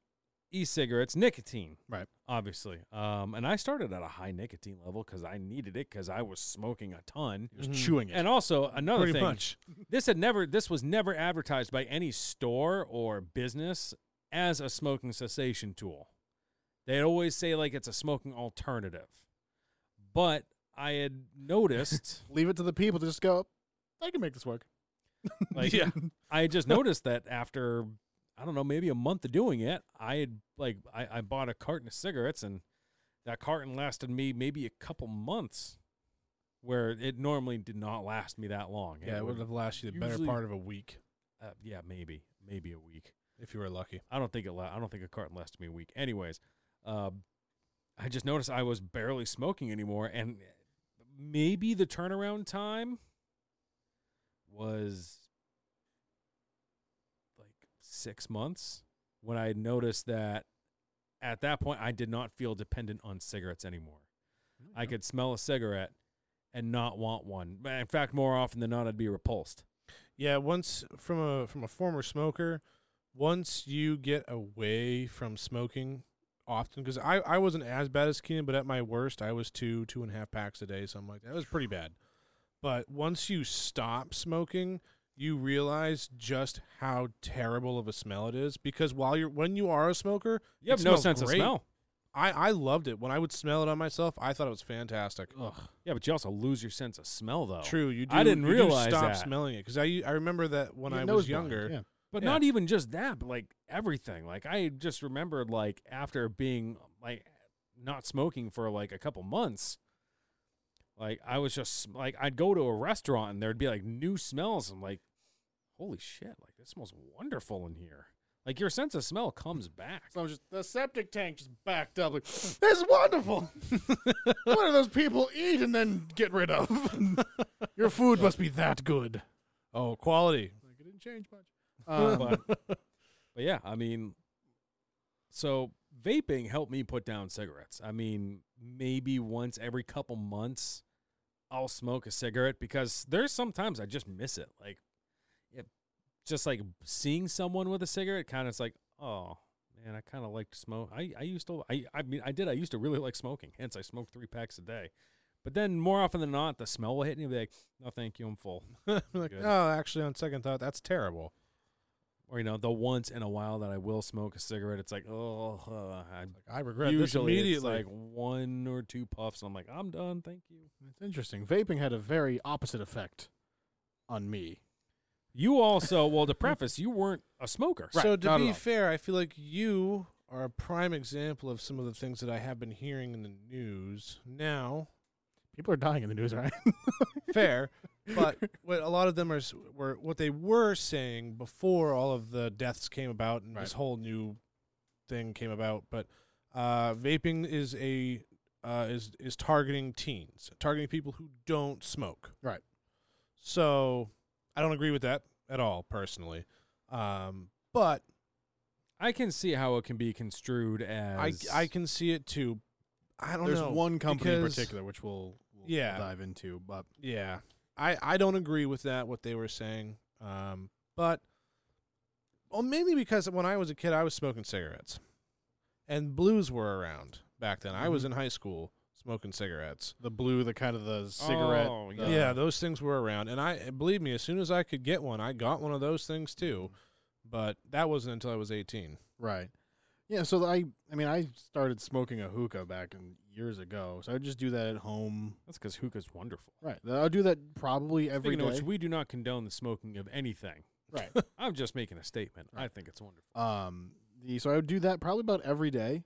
S4: e-cigarettes, nicotine,
S2: Right.
S4: Obviously, um, and I started at a high nicotine level because I needed it because I was smoking a ton.
S1: Just chewing
S2: Mm-hmm.
S1: it.
S4: And also another
S1: Pretty
S4: thing,
S1: much.
S4: this had never, this was never advertised by any store or business as a smoking cessation tool. They always say like it's a smoking alternative, but I had noticed,
S2: Leave it to the people to just go. I can make this work.
S4: like,
S1: yeah.
S4: I had just noticed that after I don't know, maybe a month of doing it, I had like I, I bought a carton of cigarettes and that carton lasted me maybe a couple months where it normally did not last me that long.
S1: Yeah, it would have lasted the better
S4: usually-
S1: part of a week
S4: uh, yeah, maybe, maybe a week.
S1: if you were lucky.
S4: I don't think it la- I don't think a carton lasted me a week. Anyways, uh, I just noticed I was barely smoking anymore and maybe the turnaround time was like 6 months when I had noticed that at that point I did not feel dependent on cigarettes anymore. I could smell a cigarette and not want one. But In fact, more often than not I'd be repulsed.
S1: Yeah, once from a from a former smoker, once you get away from smoking often, because I, I wasn't as bad as Keenan, but at my worst, I was two, two and a half packs a day, something like that. It was pretty bad. But once you stop smoking, you realize just how terrible of a smell it is. Because while you're when you are a smoker,
S4: You
S1: it
S4: have no
S1: smells
S4: sense
S1: great.
S4: of smell.
S1: I, I loved it. When I would smell it on myself, I thought it was fantastic.
S2: Ugh.
S4: Yeah, but you also lose your sense of smell though.
S1: True, you do.
S4: Oh. I didn't
S1: you do
S4: realize
S1: stop
S4: that.
S1: smelling it because I I remember that when
S2: You
S1: I
S2: nose
S1: was
S2: blind,
S1: younger.
S2: yeah.
S4: But
S1: Yeah.
S4: not even just that, but like everything. Like I just remembered like after being like not smoking for like a couple months, like I was just like I'd go to a restaurant and there'd be like new smells. I'm like, holy shit, like this smells wonderful in here. Like your sense of smell comes back.
S2: So I'm just the septic tank just backed up. Like this is wonderful. what do those people eat and then get rid of? Your food must be that good.
S1: Oh, quality.
S2: Like it didn't change much. Um,
S4: but, but yeah, I mean, so vaping helped me put down cigarettes. I mean, maybe once every couple months, I'll smoke a cigarette because there's sometimes I just miss it. Like, it, just like seeing someone with a cigarette, kind of like, oh man, I kind of like to smoke. I, I used to, I, I mean, I did. I used to really like smoking. Hence, I smoked three packs a day. But then, more often than not, the smell will hit me. Be like, no, thank you, I'm "Ah, full.
S1: like,
S4: Good.
S1: oh, actually, on second thought, that's terrible.
S4: or you know the once in a while that I will smoke a cigarette. It's like oh, uh, I
S1: I regret
S4: usually
S1: this
S4: it's
S1: immediately.
S4: like one or two puffs, and I'm like I'm done, thank you.
S2: it's interesting. Vaping had a very opposite effect on me.
S4: You also well to preface, you weren't a smoker.
S1: so
S2: Right,
S1: to
S2: not at
S1: be
S2: all.
S1: fair, I feel like you are a prime example of some of the things that I have been hearing in the news now.
S2: People are dying in the news, right?
S1: Fair, but what a lot of them are s- were what they were saying before all of the deaths came about and this
S2: Right.
S1: whole new thing came about. But uh, vaping is a uh, is is targeting teens, targeting people who don't smoke.
S2: Right.
S1: So I don't agree with that at all, personally. Um, but
S4: I can see how it can be construed
S1: I,
S4: as
S1: I can see it too. I don't
S2: There's
S1: know.
S2: one company in
S1: Oh, because-
S2: particular which we'll, we'll
S1: Yeah.
S2: dive into, but
S1: Yeah, I I don't agree with that what they were saying. Um, but well, mainly because when I was a kid, I was smoking cigarettes, and blues were around back then. I was in high school smoking cigarettes.
S2: the blue, the kind of the cigarette.
S4: Oh,
S2: the-
S4: Uh,
S1: yeah, those things were around, and I believe me, as soon as I could get one, I got one of those things too. But that wasn't until I was eighteen.
S2: Right. Yeah. So I, I mean, I started smoking a hookah back in years ago. So I would just do that at home.
S4: that's because hookah's wonderful.
S2: Right. I'll do that probably every
S4: Speaking
S2: day.
S4: of which, we do not condone the smoking of anything.
S2: Right.
S4: I'm just making a statement. I think it's wonderful.
S2: um. The, so I would do that probably about every day.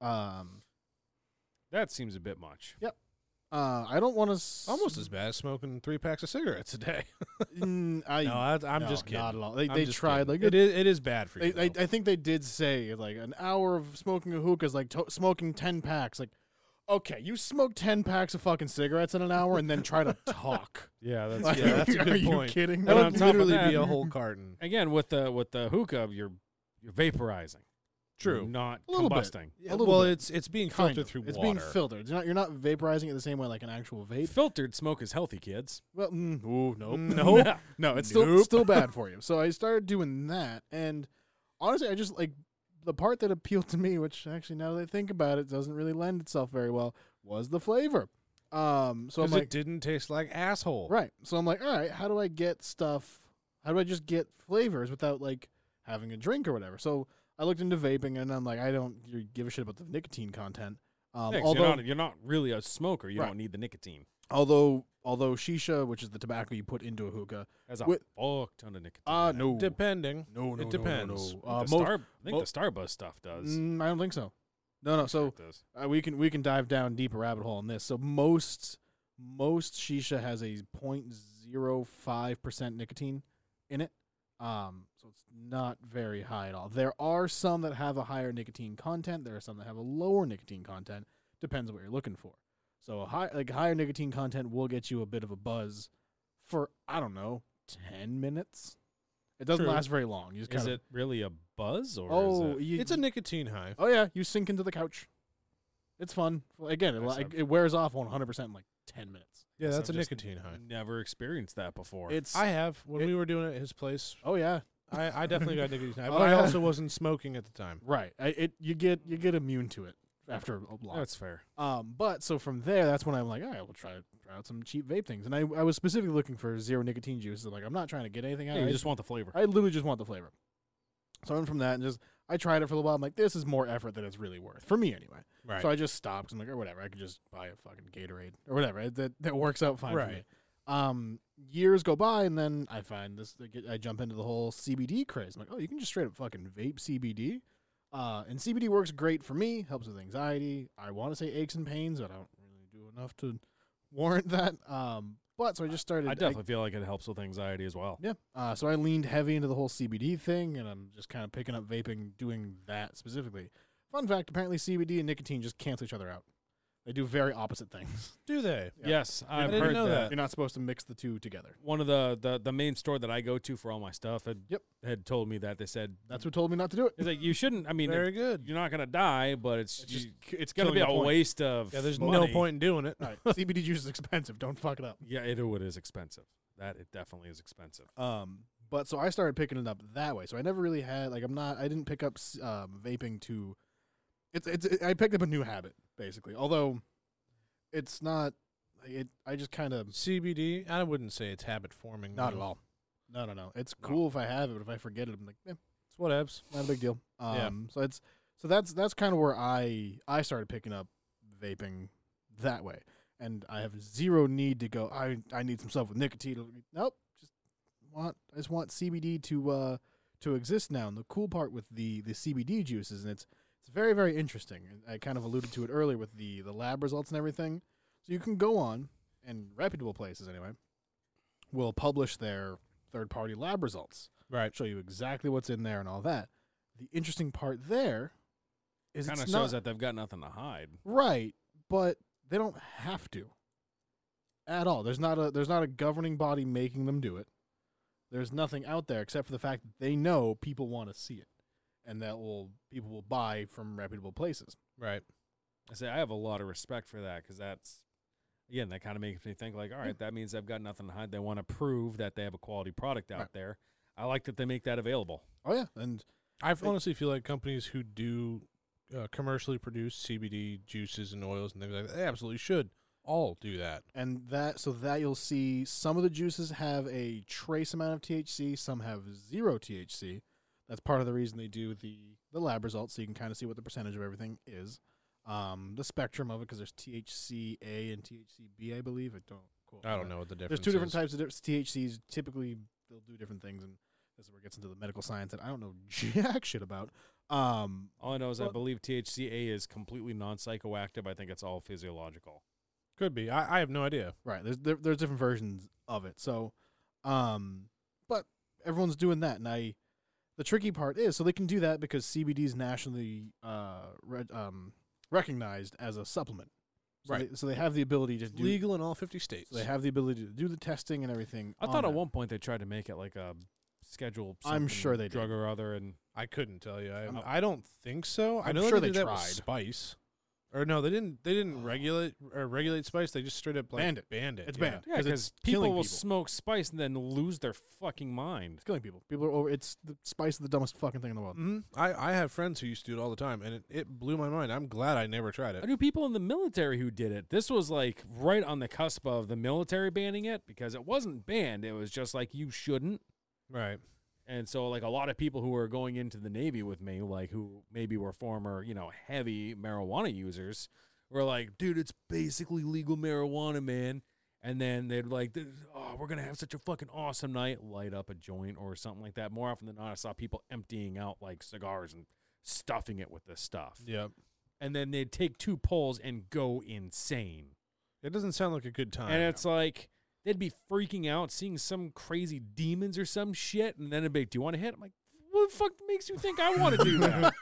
S2: Um.
S4: That seems a bit much.
S2: Uh. I don't want to
S1: Almost as bad as smoking three packs of cigarettes a day.
S2: I.
S1: no, I, I'm
S2: no,
S1: just kidding.
S2: Not at all. They,
S1: I'm
S2: they
S1: just
S2: tried
S1: kidding.
S2: like
S1: it is. It is bad for
S2: They,
S1: you.
S2: they,
S1: though.
S2: I think they did say like an hour of smoking a hookah is like to- smoking ten packs. Like, okay, you smoke ten packs of fucking cigarettes in an hour and then try to talk.
S1: Yeah,
S2: Like,
S1: that's yeah, that's a
S2: are
S1: good
S2: you
S1: point.
S2: kidding?
S1: That
S4: And
S2: me?
S4: on
S1: would
S4: top of
S1: literally be
S4: that-
S1: a whole carton.
S4: Again, with the with the hookah, you're you're vaporizing. You're
S1: True.
S4: not
S2: A little bit.
S4: combusting.
S2: A little
S1: well,
S2: bit.
S1: it's it's being
S2: Kind
S1: filtered
S2: of.
S1: through
S2: it's
S1: water.
S2: being filtered. You're not, you're not vaporizing it the same way like an actual vape.
S4: Filtered smoke is healthy, kids.
S2: Well, mm, ooh, nope.
S1: No.
S2: no, it's still
S1: Nope.
S2: still bad for you. So I started doing that, and honestly, I just like the part that appealed to me, which actually now that I think about it, doesn't really lend itself very well, was the flavor. Um, so I'm
S1: 'Cause
S2: like,
S1: it didn't taste like asshole.
S2: right. So I'm like, all right, how do I get stuff? How do I just get flavors without like having a drink or whatever? So I looked into vaping, and I'm like, I don't really give a shit about the nicotine content. Um,
S4: Yeah, 'cause
S2: although
S4: you're, not, you're not really a smoker. You
S2: Right.
S4: don't need the nicotine.
S2: although although shisha, which is the tobacco you put into a hookah,
S4: That's a
S2: With-
S4: fuck ton of nicotine.
S2: uh,
S4: in it.
S2: no,
S1: Depending.
S2: no, no,
S1: it depends.
S2: No, no, no.
S4: I
S2: Uh, most-
S4: think the Star, I think
S2: mo-
S4: the Starbucks stuff does.
S2: Mm, I don't think so. No, no. So
S4: It does.
S2: uh, we can we can dive down deep a rabbit hole on this. So most most shisha has a 0.05 percent nicotine in it, um, so it's not very high at all. There are some that have a higher nicotine content. There are some that have a lower nicotine content. Depends on what you're looking for. So a high like higher nicotine content will get you a bit of a buzz for I don't know ten minutes. It doesn't
S1: True.
S2: last very long. You just
S4: Is
S2: kind
S4: it really a buzz or
S2: Of, oh,
S4: is it?
S2: you,
S1: It's a nicotine high.
S2: Oh yeah, you sink into the couch. It's fun. Well, Again, it,
S4: Nice
S2: like,
S4: up.
S2: it wears off 100 percent in like 10 minutes.
S1: Yeah,
S4: Guess
S1: that's a
S4: I've just
S1: nicotine high.
S4: Never experienced that before.
S2: It's
S1: I have when
S2: It-
S1: we were doing it at his place.
S2: oh yeah,
S1: I, I definitely got nicotine high,
S2: Oh,
S1: but I
S2: yeah.
S1: also wasn't smoking at the time.
S2: right. I, it you get you get immune to it after a lot.
S4: that's fair.
S2: Um, but so from there, that's when I'm like, all right, we'll try try out some cheap vape things. And I, I was specifically looking for zero nicotine juices. Like I'm not trying to get anything out.
S4: Yeah,
S2: I
S4: you just want the flavor.
S2: I literally just want the flavor. So I went from that and just I tried it for a little while. I'm like, this is more effort than it's really worth for me anyway.
S1: Right.
S2: So I just stopped. 'cause I'm like, or whatever. I could just buy a fucking Gatorade or whatever. It- That that works out fine for me.
S1: Right.
S2: Um, years go by, and then I find this. I, get, I jump into the whole CBD craze. I'm like, oh, you can just straight up fucking vape CBD. Uh, and CBD works great for me. Helps with anxiety. I want to say aches and pains, but I don't really do enough to warrant that. Um, but so I just started.
S4: I definitely feel like it helps with anxiety as well.
S2: Yeah. Uh, so I leaned heavy into the whole CBD thing, and I'm just kind of picking up vaping, doing that specifically. Fun fact: apparently, CBD and nicotine just cancel each other out. They do very opposite things.
S1: Do they?
S2: Yeah.
S4: Yes, I've
S1: didn't
S4: heard
S1: know
S4: that.
S1: that.
S2: You're not supposed to mix the two together.
S4: One of the, the the main store that I go to for all my stuff had
S2: Yep.
S4: had told me that they said
S2: That's what told me not to do it.
S4: it's like you shouldn't. I mean,
S1: Very good.
S4: you're not gonna die, but it's,
S2: It's just
S4: you-
S2: it's
S4: it's gonna be a
S2: way.
S4: waste of
S1: Yeah, there's no
S4: money.
S1: point in doing it.
S2: CBD juice is expensive. Don't fuck it up.
S4: Yeah, it, it is expensive. That it definitely is expensive.
S2: Um, but so I started picking it up that way. So I never really had like I'm not I didn't pick up s- um, vaping to. It's it's it, I picked up a new habit basically. Although, it's not. It I just kind of
S1: CBD, I wouldn't say it's habit forming.
S2: Not
S1: no.
S2: at all. No, no, no. It's
S4: No.
S2: cool if I have it, but if I forget it, I'm like, eh,
S1: It's whatevs.
S2: not a big deal. Um,
S1: Yeah.
S2: So it's so that's that's kind of where I I started picking up vaping that way, and I have zero need to go. I I need some stuff with nicotine. Nope, just want I just want CBD to uh to exist now. And the cool part with the the CBD juices, and it's it's very very interesting. And I kind of alluded to it earlier with the the lab results and everything. So you can go on and reputable places anyway will publish their third party lab results
S1: Right.
S2: show you exactly what's in there and all that. The interesting part there is
S4: Kind of
S2: it's
S4: shows
S2: not
S4: that they've got nothing to hide.
S2: right, but they don't have to at all. There's not a there's not a governing body making them do it. There's nothing out there except for the fact that they know people want to see it, and that will people will buy from reputable places.
S1: Right.
S4: I say I have a lot of respect for that because that's again that kind of makes me think like, all right, that means they've got nothing to hide. They want to prove that they have a quality product out
S2: Right.
S4: there. I like that they make that available.
S2: Oh yeah, and
S1: I
S2: Like-
S1: honestly feel like companies who do uh, commercially produce CBD juices and oils and things like that, they absolutely should all do that.
S2: and that so that you'll see some of the juices have a trace amount of THC, some have zero THC. That's part of the reason they do the the lab results, so you can kind of see what the percentage of everything is, um, the spectrum of it, because there's THCA and THCB, I believe. I don't. Quote
S1: I
S2: me
S1: don't
S2: on
S1: know what the
S2: that.
S1: difference.
S2: There's two different
S1: is.
S2: types of different THCs. Typically, they'll do different things, and this is where it gets into the medical science that I don't know jack shit about. Um,
S4: All I know is I
S2: Well-
S4: believe THCA is completely non psychoactive. I think it's all physiological.
S1: Could be. I, I have no idea.
S2: Right. There's there, there's different versions of it. So, um, but everyone's doing that, and I, the tricky part is so they can do that because CBD is nationally uh re- um recognized as a supplement. So
S1: Right.
S2: They, so they have the ability to
S1: It's
S2: do.
S1: legal in all 50 states.
S2: So they have the ability to do the testing and everything.
S4: I thought
S2: on
S4: at
S2: that.
S4: one point they tried to make it like a schedule.
S2: I'm
S4: something
S2: sure they did.
S4: drug or other, and
S1: I couldn't tell you. I,
S2: I'm-
S1: I don't think so. I
S2: I'm
S1: know that
S2: sure
S1: they,
S2: they
S1: did that with
S2: tried.
S1: Spice, or no, they didn't. They didn't regulate or regulate Spice. They just straight up like
S2: Banned it.
S1: Banned it.
S2: It's
S1: yeah.
S2: banned.
S4: yeah,
S2: 'Cause
S4: because
S2: it's
S4: people
S2: killing
S4: will
S2: people.
S4: smoke spice and then lose their fucking mind.
S2: It's killing people. People are over. It's the spice is the dumbest fucking thing in the
S4: Mm.
S2: world.
S1: hmm I I have friends who used to do it all the time, and it, it blew my mind. I'm glad I never tried
S4: I
S1: it.
S4: knew people in the military who did it. This was like right on the cusp of the military banning it because it wasn't banned. It was just like you shouldn't.
S1: Right.
S4: And so like a lot of people who were going into the Navy with me, like who maybe were former, you know, heavy marijuana users, were like, dude, it's basically legal marijuana, man. And then they'd like, "This- oh, we're gonna have such a fucking awesome night, light up a joint or something like that. More often than not, I saw people emptying out like cigars and stuffing it with this stuff.
S1: Yeah.
S4: And then they'd take two pulls and go insane.
S1: It doesn't sound like a good time.
S4: And it's like they'd be freaking out, seeing some crazy demons or some shit, and then it'd be, like, "Do you want to hit?" I'm like, "What the fuck makes you think I want to do that?"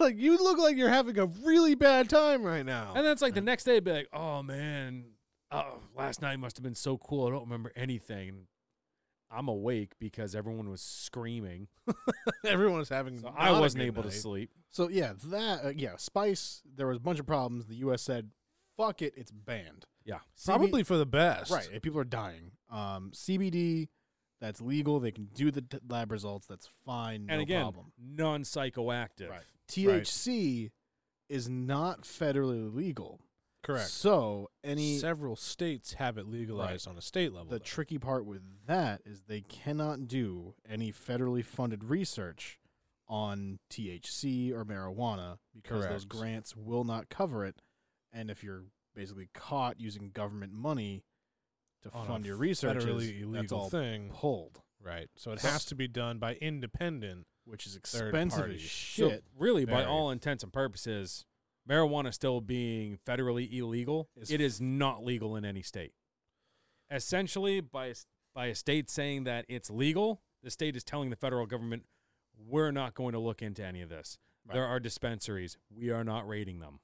S1: like you look like you're having a really bad time right now.
S4: and then it's like the next day, it'd be like, "Oh man, oh, last night must have been so cool. I don't remember anything." I'm awake because everyone was screaming,
S1: Everyone's having.
S4: so I
S1: not a
S4: wasn't
S1: good
S4: able to
S1: night.
S4: sleep.
S2: So yeah, that uh, yeah, spice. There was a bunch of problems. The U.S. said, "Fuck it, it's banned."
S4: Yeah.
S1: Probably for the best.
S2: right. and People are dying. Um, CBD, that's legal. They can do the t- lab results. That's fine.
S4: And
S2: no
S4: again,
S2: problem.
S4: non-psychoactive.
S2: Right. THC is not federally legal.
S1: Correct.
S2: So any
S1: Several states have it legalized on a state level.
S2: the
S1: though.
S2: tricky part with that is they cannot do any federally funded research on THC or marijuana because those
S1: Correct.
S2: grants will not cover it. And if you're basically caught using government money to
S1: On a
S2: fund your research,
S1: federally
S2: that's
S1: illegal
S2: all
S1: thing.
S2: pulled,
S1: Right. So it has to be done by independent.
S2: which is
S1: Third
S2: expensive
S1: party.
S2: as
S1: So-
S2: shit.
S4: So really, by
S1: Very.
S4: all intents and purposes, marijuana still being federally illegal,
S2: Is-
S4: it is not legal in any state. Essentially, by a s- by a state saying that it's legal, the state is telling the federal government, "We're not going to look into any of this. There are dispensaries. We are not raiding them."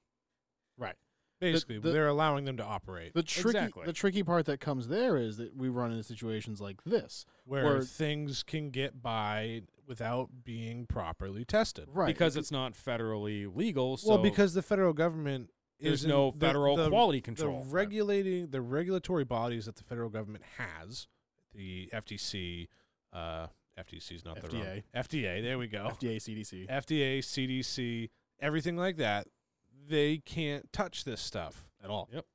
S2: right.
S1: Basically,
S2: the-
S1: they're allowing them to operate
S2: The tricky,
S4: Exactly.
S2: the tricky part that comes there is that we run into situations like this,
S1: where
S2: where-
S1: things can get by without being properly tested.
S2: right?
S4: because it's not federally legal. So
S1: Well, because the federal government
S4: there's
S1: isn't-
S4: no
S1: the-
S4: federal
S1: the-
S4: quality control.
S1: The regulating the regulatory bodies that the federal government has, the FTC, uh, FTC is not the wrong
S2: FDA.
S1: FDA. There we go.
S2: FDA, CDC,
S1: FDA, CDC, everything like that, they can't touch this stuff at all.
S4: Yep.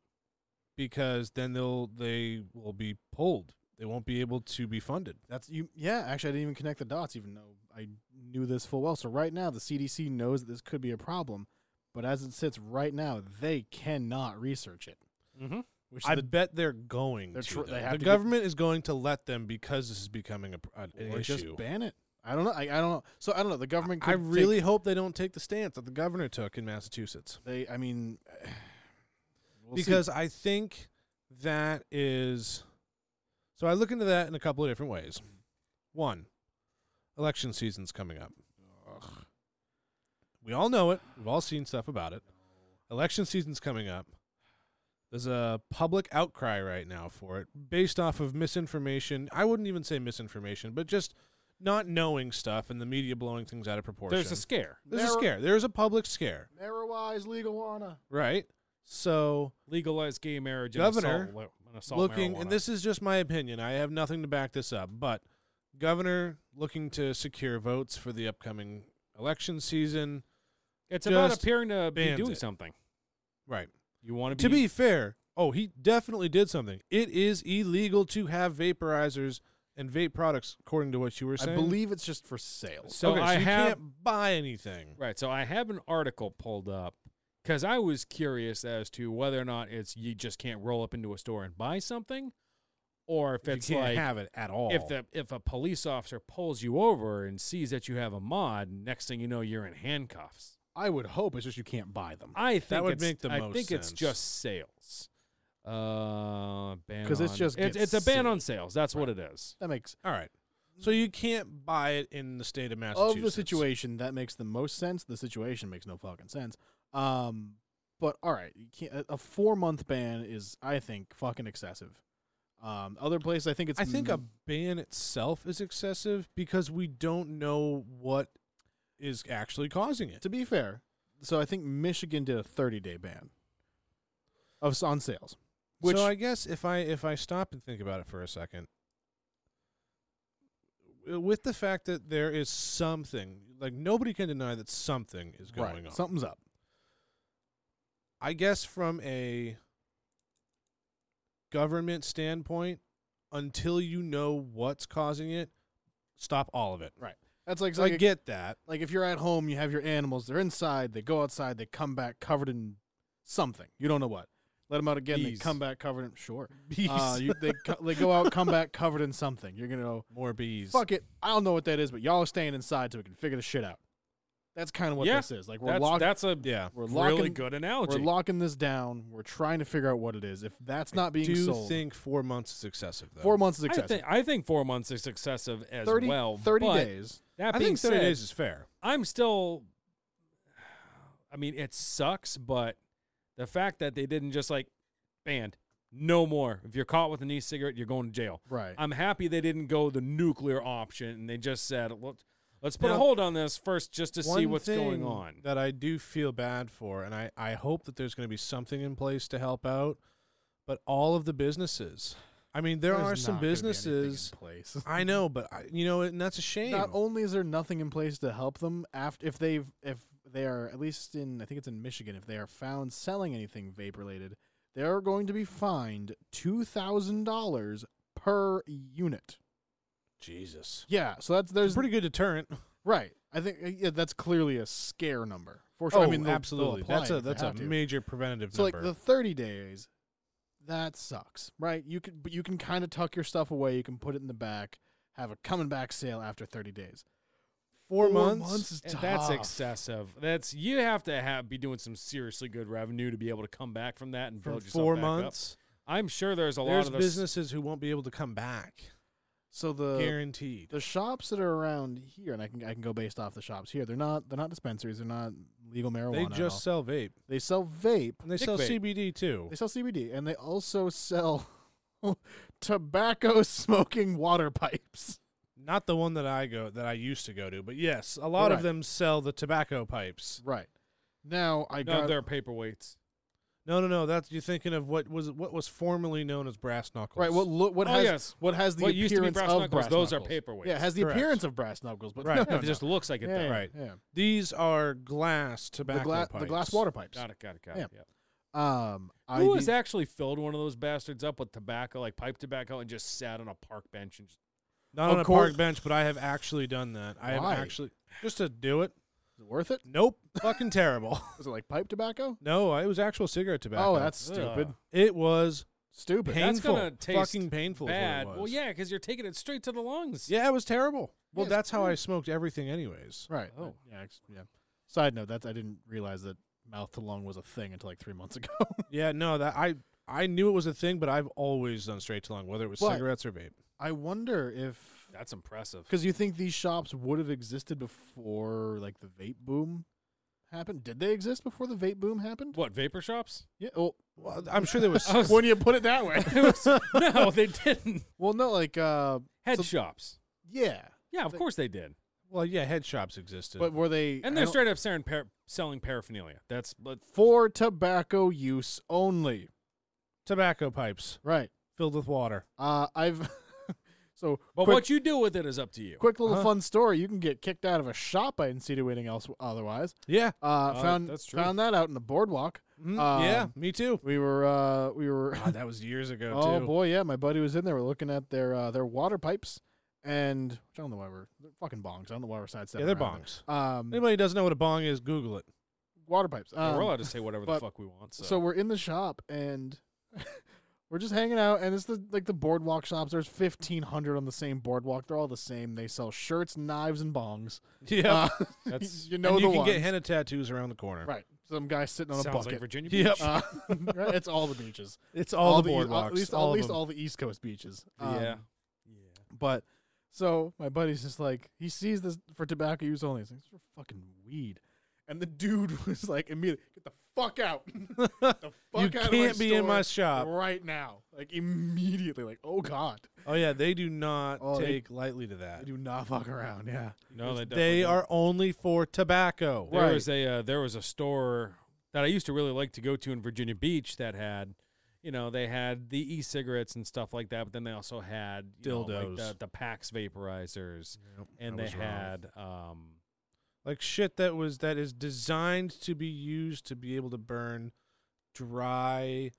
S1: Because then they'll they will be pulled. They won't be able to be funded.
S2: That's you. Yeah, actually, I didn't even connect the dots. Even though I knew this full well. So right now, the CDC knows that this could be a problem, but as it sits right now, they cannot research it.
S4: Mhm.
S2: Which
S1: Mm-hmm. I
S2: the,
S1: bet they're going.
S2: They're
S1: to,
S2: tr- they
S1: though.
S2: have
S1: the
S2: to get-
S1: government is going to let them because this is becoming a, pr- an
S2: or
S1: issue.
S2: just ban it. I don't know. I, I don't know. So I don't know. The government. Could
S1: I
S2: take-
S1: really hope they don't take the stance that the governor took in Massachusetts.
S2: they. I mean, we'll see.
S1: because I think that is. So I look into that in a couple of different ways. One, election season's coming up. We all know it. We've all seen stuff about it. Election season's coming up. There's a public outcry right now for it based off of misinformation. I wouldn't even say misinformation, but just not knowing stuff and the media blowing things out of proportion.
S4: there's a scare.
S1: There's a
S2: Narrow-
S1: scare. There's a public scare,
S2: marijuana is legal. Wanna.
S1: right? So
S4: Legalized gay marriage.
S1: Governor
S4: and assault, and assault
S1: looking,
S4: marijuana.
S1: and this is just my opinion. I have nothing to back this up, but governor looking to secure votes for the upcoming election season.
S4: it's about
S1: just
S4: appearing to be
S1: bans
S4: doing
S1: it.
S4: something.
S1: Right.
S4: You want
S1: To be fair, oh, he definitely did something. It is illegal to have vaporizers and vape products, according to what you were
S2: I
S1: saying.
S2: believe it's just for sales.
S4: So
S1: okay,
S4: I
S1: you
S4: have
S1: can't buy anything.
S4: right. So I have an article pulled up because I was curious as to whether or not it's you just can't roll up into a store and buy something, or if
S1: You
S4: it's
S1: can't
S4: like
S1: have it at all.
S4: if the if a police officer pulls you over and sees that you have a mod, next thing you know you're in handcuffs.
S2: I would hope it's just you can't buy them
S4: I think
S1: would
S4: it's-
S1: make the
S4: I
S1: most
S4: think it's
S1: sense.
S4: just sales. Uh, ban
S2: 'Cause it's
S4: on-
S2: just
S4: it's,
S2: gets
S4: it's a ban
S2: silly.
S4: on sales. That's what it is.
S2: That makes
S1: all right. So you can't buy it in the state of Massachusetts.
S2: of the situation that makes the most sense. The situation makes no fucking sense. Um, but all right, you can't, a- a four month ban is, I think, fucking excessive. Um, other place, I think it's.
S1: I think a
S2: m-
S1: ban itself is excessive because we don't know what is actually causing it.
S2: to be fair, so I think Michigan did a thirty day ban of s- on sales, which
S1: so I guess if I if I stop and think about it for a second, w- with the fact that there is something, like nobody can deny that something is going
S2: right,
S1: on.
S2: something's up.
S1: I guess from a government standpoint, until you know what's causing it, stop all of it.
S2: Right. That's like,
S1: So I
S2: like,
S1: get that.
S2: like if you're at home, you have your animals, they're inside, they go outside, they come back covered in something. You don't know what. Let them out again, they
S1: Bees.
S2: come back covered in sure.
S1: Bees.
S2: Uh, you, they co- they go out, come back covered in something. You're gonna go
S1: More bees.
S2: fuck it. I don't know what that is, but y'all are staying inside so we can figure the shit out. That's kind of what
S4: Yeah,
S2: this is. Like we're
S4: that's,
S2: locked.
S4: that's a
S1: Yeah.
S2: we're
S4: really
S2: locking.
S4: good
S2: we're
S4: analogy.
S2: locking this down. We're trying to figure out what it is. If that's not
S1: Do
S2: being
S1: you
S2: sold,
S1: think four months is excessive though?
S2: four months is
S4: I
S2: excessive.
S4: think I think four months is excessive as
S2: 30,
S4: well.
S2: 30
S4: but
S2: days.
S4: That
S1: I
S4: being
S1: think thirty
S4: said,
S1: days is fair.
S4: I'm still. I mean, it sucks, but the fact that they didn't just like banned, no more. If you're caught with an e-cigarette, you're going to jail.
S2: Right.
S4: I'm happy they didn't go the nuclear option and they just said, "Let- let's put a
S1: Now,
S4: hold on this first just to see
S1: One
S4: what's going
S1: thing
S4: on.
S1: That I do feel bad for, and I, I hope that there's going to be something in place to help out. But all of the businesses, I mean, there are
S2: There's
S1: some
S2: not gonna be anything in
S1: businesses.
S2: place.
S1: I know, but I, you know, and that's a shame.
S2: Not only is there nothing in place to help them after if they've if they are at least in I think it's in Michigan if they are found selling anything vape related, they are going to be fined two thousand dollars per unit.
S1: Jesus,
S2: Yeah, so that's
S1: there's
S2: there's
S1: a pretty good deterrent.
S2: right. I think uh, yeah, that's clearly a scare number for sure. I mean, they'll- they'll
S1: Oh, absolutely.
S2: apply
S1: That's
S2: it
S1: a
S2: if they
S1: that's a
S2: have to.
S1: major preventative
S2: so like
S1: number.
S2: the thirty days. That sucks, right? You could, but you can kind of tuck your stuff away. You can put it in the back. Have a coming back sale after thirty days.
S1: four, Eh,
S2: is
S4: And that's
S2: tough.
S4: excessive. That's you have to have be doing some seriously good revenue to be able to come back from that and
S1: for
S4: build yourself
S1: four
S4: back up.
S1: months.
S4: I'm sure there's a lot
S1: There's
S4: of this.
S1: businesses who won't be able to come back,
S2: So the
S1: guaranteed.
S2: the shops that are around here, and I can I can go based off the shops here. They're not they're not dispensaries. They're not legal marijuana.
S1: They
S2: at all.
S1: just sell vape
S2: they sell vape.
S1: and they
S4: Dick
S1: sell
S4: vape.
S1: CBD too.
S2: They sell CBD, and they also sell tobacco smoking water pipes.
S1: Not the one that I go that I used to go to, but yes, a lot
S2: Right.
S1: of them sell the tobacco pipes.
S2: Right now, I
S4: No,
S2: got
S4: they're paperweights.
S1: No, no, no. That's you're thinking of what was what was formerly known as brass knuckles.
S2: right. What look? What
S4: Oh,
S2: has
S4: yes.
S2: what has the
S4: What
S2: appearance
S4: used to be brass
S2: of
S4: knuckles?
S2: brass
S4: Those are
S2: knuckles.
S4: paperweights.
S2: Yeah, it has the
S1: Correct.
S2: appearance of brass knuckles, but
S1: Right.
S2: no,
S1: It
S2: no,
S4: it just
S2: no.
S4: looks like it.
S2: yeah,
S4: though.
S2: yeah,
S1: Right.
S2: Yeah.
S1: These are glass tobacco
S2: The, gla-
S1: pipes.
S2: the glass water pipes.
S4: Got it. Got it. Got
S2: Yeah.
S4: it. Yeah.
S2: Um, I
S4: Who has
S2: did-
S4: actually filled one of those bastards up with tobacco, like pipe tobacco, and just sat on a park bench and just
S1: Not
S2: Of
S1: on a
S2: course-
S1: park bench, but I have actually done that. I
S2: Why?
S1: have actually just to do it.
S2: Is it worth it?
S1: Nope. Fucking terrible.
S2: Was it like pipe tobacco?
S1: No, it was actual cigarette tobacco.
S2: Oh, that's stupid.
S4: Ugh.
S1: it was
S2: Stupid.
S4: That's
S1: painful.
S4: gonna taste
S1: fucking painful. is what it
S4: bad. Well,
S1: was.
S4: yeah, because you're taking it straight to the lungs.
S1: Yeah, it was terrible. Well,
S2: Yes.
S1: that's how I smoked everything, anyways.
S2: Right.
S4: Oh.
S2: Yeah. ex- Yeah. Side note: That's I didn't realize that mouth to lung was a thing until like three months ago.
S1: Yeah, no, that I I knew it was a thing, but I've always done straight to lung, whether it was
S2: But-
S1: cigarettes or vape.
S2: I wonder if
S4: That's impressive.
S2: because you think these shops would have existed before like the vape boom happened. Did they exist before the vape boom happened?
S4: What vapor shops?
S2: Yeah. Well,
S1: Well, I'm sure there was.
S4: I was-
S2: when you put it that way.
S4: no, they didn't.
S2: well, no, like uh,
S4: Head
S2: So-
S4: shops.
S2: yeah,
S4: Yeah, of
S2: They-
S4: course they did.
S1: well, yeah, head shops existed.
S2: but were they
S4: And
S2: I
S4: they're
S2: don't-
S4: straight up selling, par- selling paraphernalia. That's but
S2: for tobacco use only?
S1: tobacco pipes
S2: Right.
S1: filled with water.
S2: Uh, I've so
S4: but
S2: quick-
S4: what you do with it is up to you.
S2: Quick little
S1: Huh?
S2: fun story. You can get kicked out of a shop by insinuating else otherwise.
S1: Yeah,
S2: Uh,
S4: Oh,
S2: found
S4: that's true.
S2: found that out in the boardwalk.
S1: Mm,
S2: Um,
S1: yeah, me too.
S2: We were uh, we were
S1: God, that was years ago
S2: oh
S1: too.
S2: boy yeah. My buddy was in there. We're looking at their uh, their water pipes and which I don't know why we're they're fucking bongs. I don't know why we're sidestepping.
S1: Yeah, they're
S2: around
S1: bongs.
S2: them. Um,
S1: Anybody who doesn't know what a bong is, Google it.
S2: water pipes.
S4: And we're
S2: Um,
S4: allowed to say whatever the
S2: but-
S4: fuck we want. So,
S2: so. we're in the shop and we're just hanging out and it's the like the boardwalk shops. There's fifteen hundred on the same boardwalk. They're all the same. They sell shirts, knives, and bongs.
S1: Yeah,
S2: Uh,
S4: that's
S2: you know
S1: and
S2: the
S1: you can
S2: ones.
S1: get henna tattoos around the corner.
S2: Right. Some guy sitting on a
S4: sounds like
S2: bucket.
S4: Virginia Beach.
S1: Yep.
S2: Uh, right? It's all the beaches.
S1: It's all, the
S2: e-
S1: boardwalks.
S2: At least
S1: all
S2: all,
S1: of
S2: at least
S1: them.
S2: all the East Coast beaches. Um,
S4: yeah. Yeah.
S2: But so my buddy's just like he sees this for tobacco use only. He's like, "This is for fucking weed," and the dude was like, "Immediately get the fuck out. the fuck
S1: you
S2: out of my
S1: can't be in my
S2: store
S1: shop.
S2: right now. Like immediately. Like, oh God.
S1: Oh yeah, they do not
S2: Oh, they-
S1: take lightly to
S2: I
S1: that.
S2: do not fuck around. Yeah.
S4: No, they
S1: They
S4: definitely
S1: are only for tobacco.
S4: There was a uh, there was a store that I used to really like to go to in Virginia Beach that had, you know, they had the e-cigarettes and stuff like that, but then they also had you know, like
S1: Dildos.
S4: the, the Pax vaporizers, and
S1: I
S4: they
S1: was wrong.
S4: had um,
S1: like shit that was that is designed to be used to be able to burn dry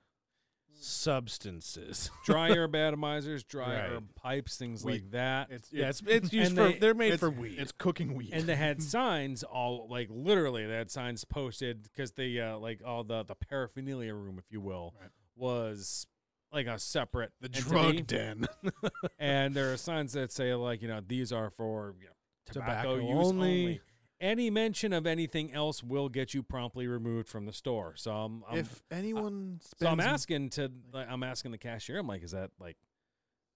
S1: substances.
S4: dry herb atomizers, dry
S1: Right.
S4: herb pipes, things
S2: We-
S4: like that.
S2: It's
S1: yeah, it's it's used
S4: And
S1: for
S4: they-
S1: they, are made
S2: it's-
S1: for weed.
S2: It's cooking weed.
S4: and they had signs all like literally they had signs posted because they uh, like all the the paraphernalia room if you will
S2: Right.
S4: was like a separate
S2: the
S4: entity.
S2: drug den.
S4: and there are signs that say like you know these are for you know,
S1: Tobacco
S4: tobacco, use only.
S1: only.
S4: Any mention of anything else will get you promptly removed from the store. So I'm, I'm
S2: if anyone
S4: um, so I'm
S2: spends
S4: asking to like, I'm asking the cashier. I'm like, is that like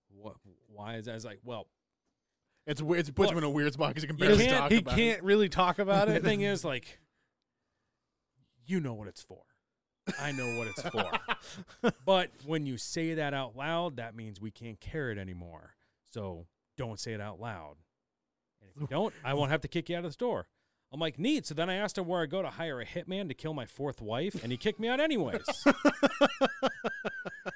S4: what? Why is that? I was like, well,
S2: It's we- it puts
S4: Look,
S2: him in a weird spot because he can
S4: you
S2: barely
S4: can't-
S2: talk
S1: he
S2: about
S1: can't really talk about
S4: the
S1: it.
S4: thing is like, you know what it's for. I know what it's for. but when you say that out loud, that means we can't carry it anymore. So don't say it out loud. And if you don't, I won't have to kick you out of the store. I'm like, neat. So then I asked him where I go to hire a hitman to kill my fourth wife, and he kicked me out anyways.
S2: it.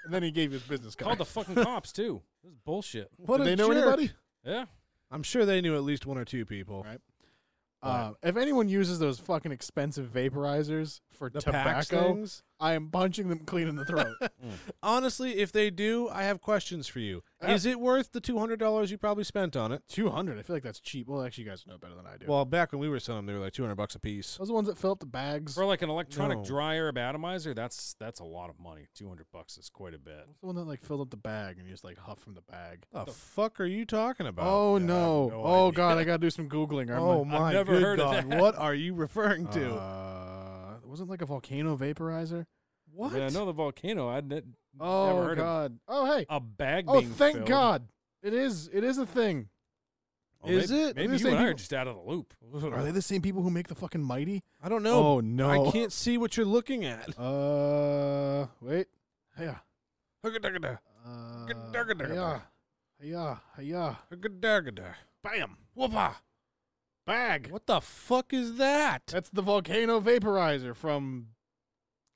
S2: And then he gave his business card.
S4: Called the fucking cops too. This is bullshit.
S1: what
S2: Do
S1: a
S2: they know
S1: jerk.
S2: anybody?
S4: Yeah.
S1: I'm sure they knew at least one or two people.
S2: Right. Uh, if anyone uses those fucking expensive vaporizers for
S1: The Pax
S2: tobacco,
S1: things.
S2: I am punching them clean in the throat.
S1: Honestly, if they do, I have questions for you. Is it worth the two hundred dollars you probably spent on it?
S2: Two hundred. I feel like that's cheap. Well, actually, you guys know better than I do.
S1: Well, back when we were selling, them, they were like two hundred bucks a piece.
S2: those are the ones that fill up the bags.
S4: For like an electronic
S1: No.
S4: dryer atomizer, that's that's a lot of money. Two hundred bucks is quite a bit.
S2: What's the one that like filled up the bag and you just like huff from the bag?
S1: The fuck are you talking about? Yeah,
S2: Oh
S1: I have
S2: no!
S1: no
S2: oh
S1: idea.
S2: god, I gotta do some googling. I'm
S1: Oh
S2: like,
S1: my
S4: never
S1: good
S4: heard of
S1: God!
S4: that.
S1: What are you referring to?
S2: Uh, it wasn't like a volcano vaporizer.
S1: what?
S4: Yeah, no, the volcano. I'd ne- never
S2: Oh
S4: heard
S2: god! oh hey!
S4: of a bag.
S2: Oh
S4: being
S2: thank
S4: filled.
S2: God! It is. It is a thing.
S1: Well, Is
S4: maybe,
S1: it?
S4: Maybe
S2: These
S4: you and I
S2: people-
S4: are just out of the loop.
S2: Are they the same people who make the fucking mighty?
S1: I don't know.
S2: oh no!
S1: I can't see what you're looking at.
S2: Uh, wait. Yeah.
S1: Hugga-dugga-da,
S2: Uh,
S1: Dugga-dugga-dugga.
S2: yeah. Yeah. Yeah.
S1: hugga-dugga-da,
S2: Bam.
S1: whoopah.
S2: Bag.
S1: What the fuck is that?
S2: That's the volcano vaporizer from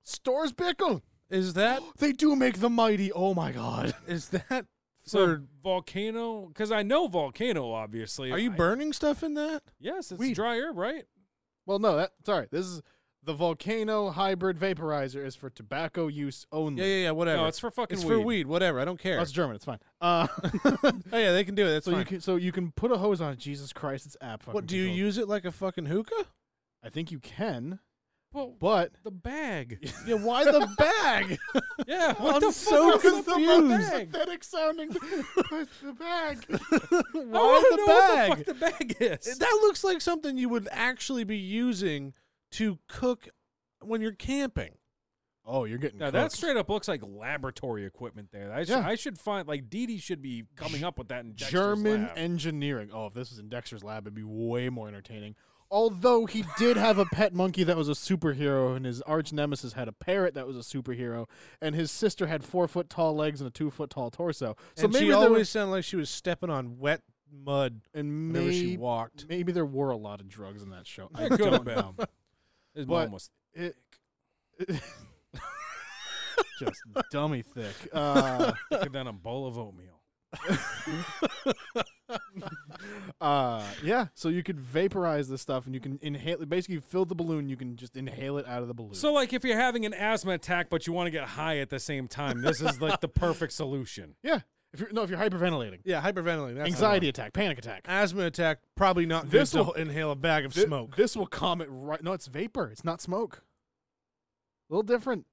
S2: Stores Bickle.
S1: Is that
S2: They do make the mighty. Oh my god.
S1: is that
S4: So
S1: for?
S4: volcano, because I know volcano. Obviously,
S1: Are you
S4: I-
S1: burning stuff in that?
S4: yes, it's
S2: Weed.
S4: dry herb, right?
S2: Well, no. That sorry. This is the volcano hybrid vaporizer is for tobacco use only.
S1: Yeah, yeah, yeah. Whatever.
S4: No, it's for fucking
S1: It's
S4: weed.
S1: for weed. Whatever. I don't care.
S2: That's German. It's fine. Uh,
S1: oh yeah, they can do it. That's
S2: so you
S1: fine.
S2: can so you can put a hose on. it. Jesus Christ, it's app. fucking
S1: What do you
S2: controlled.
S1: use it like a fucking hookah?
S2: I think you can,
S4: Well,
S2: but
S4: the bag.
S1: Yeah. Why the bag?
S4: yeah, what
S1: I'm
S4: the
S1: so
S4: fuck is the
S1: confused.
S4: bag?
S2: pathetic sounding. the bag.
S4: I
S1: Why
S4: want
S1: the
S4: to know
S1: bag?
S4: what the fuck the bag is.
S1: That looks like something you would actually be using to cook when you're camping.
S2: Oh, you're getting
S4: Now
S2: cooked.
S4: that straight up looks like laboratory equipment. There, I should,
S2: Yeah.
S4: I should find like Didi should be coming up with that in Dexter's
S2: German
S4: lab.
S2: engineering. Oh, if this was in Dexter's lab, it'd be way more entertaining. Although he did have a pet monkey that was a superhero, and his arch nemesis had a parrot that was a superhero, and his sister had four foot tall legs and a two foot tall torso. So
S1: So and
S2: maybe
S1: she
S2: there
S1: always
S2: was,
S1: sounded like she was stepping on wet mud
S2: and
S1: whenever she
S2: maybe,
S1: walked.
S2: maybe there were a lot of drugs in that show. I
S4: There could
S2: don't
S4: have been.
S2: know.
S4: His
S2: But-
S4: mom was
S2: It, just dummy thick. Uh,
S4: thicker than a bowl of oatmeal.
S2: uh, yeah. So you could vaporize this stuff, and you can inhale. Basically, you fill the balloon. You can just inhale it out of the balloon.
S4: So, like, if you're having an asthma attack but you want to get high at the same time, this is like the perfect solution.
S2: yeah. If you're no, if you're hyperventilating,
S1: Yeah, hyperventilating. That's the
S2: anxiety attack, panic attack.
S1: one. asthma attack. Probably not good
S2: This
S1: to
S2: will-
S1: inhale a bag of
S2: Thi-
S1: smoke.
S2: This will calm it right. No, it's vapor. It's not smoke. A little different.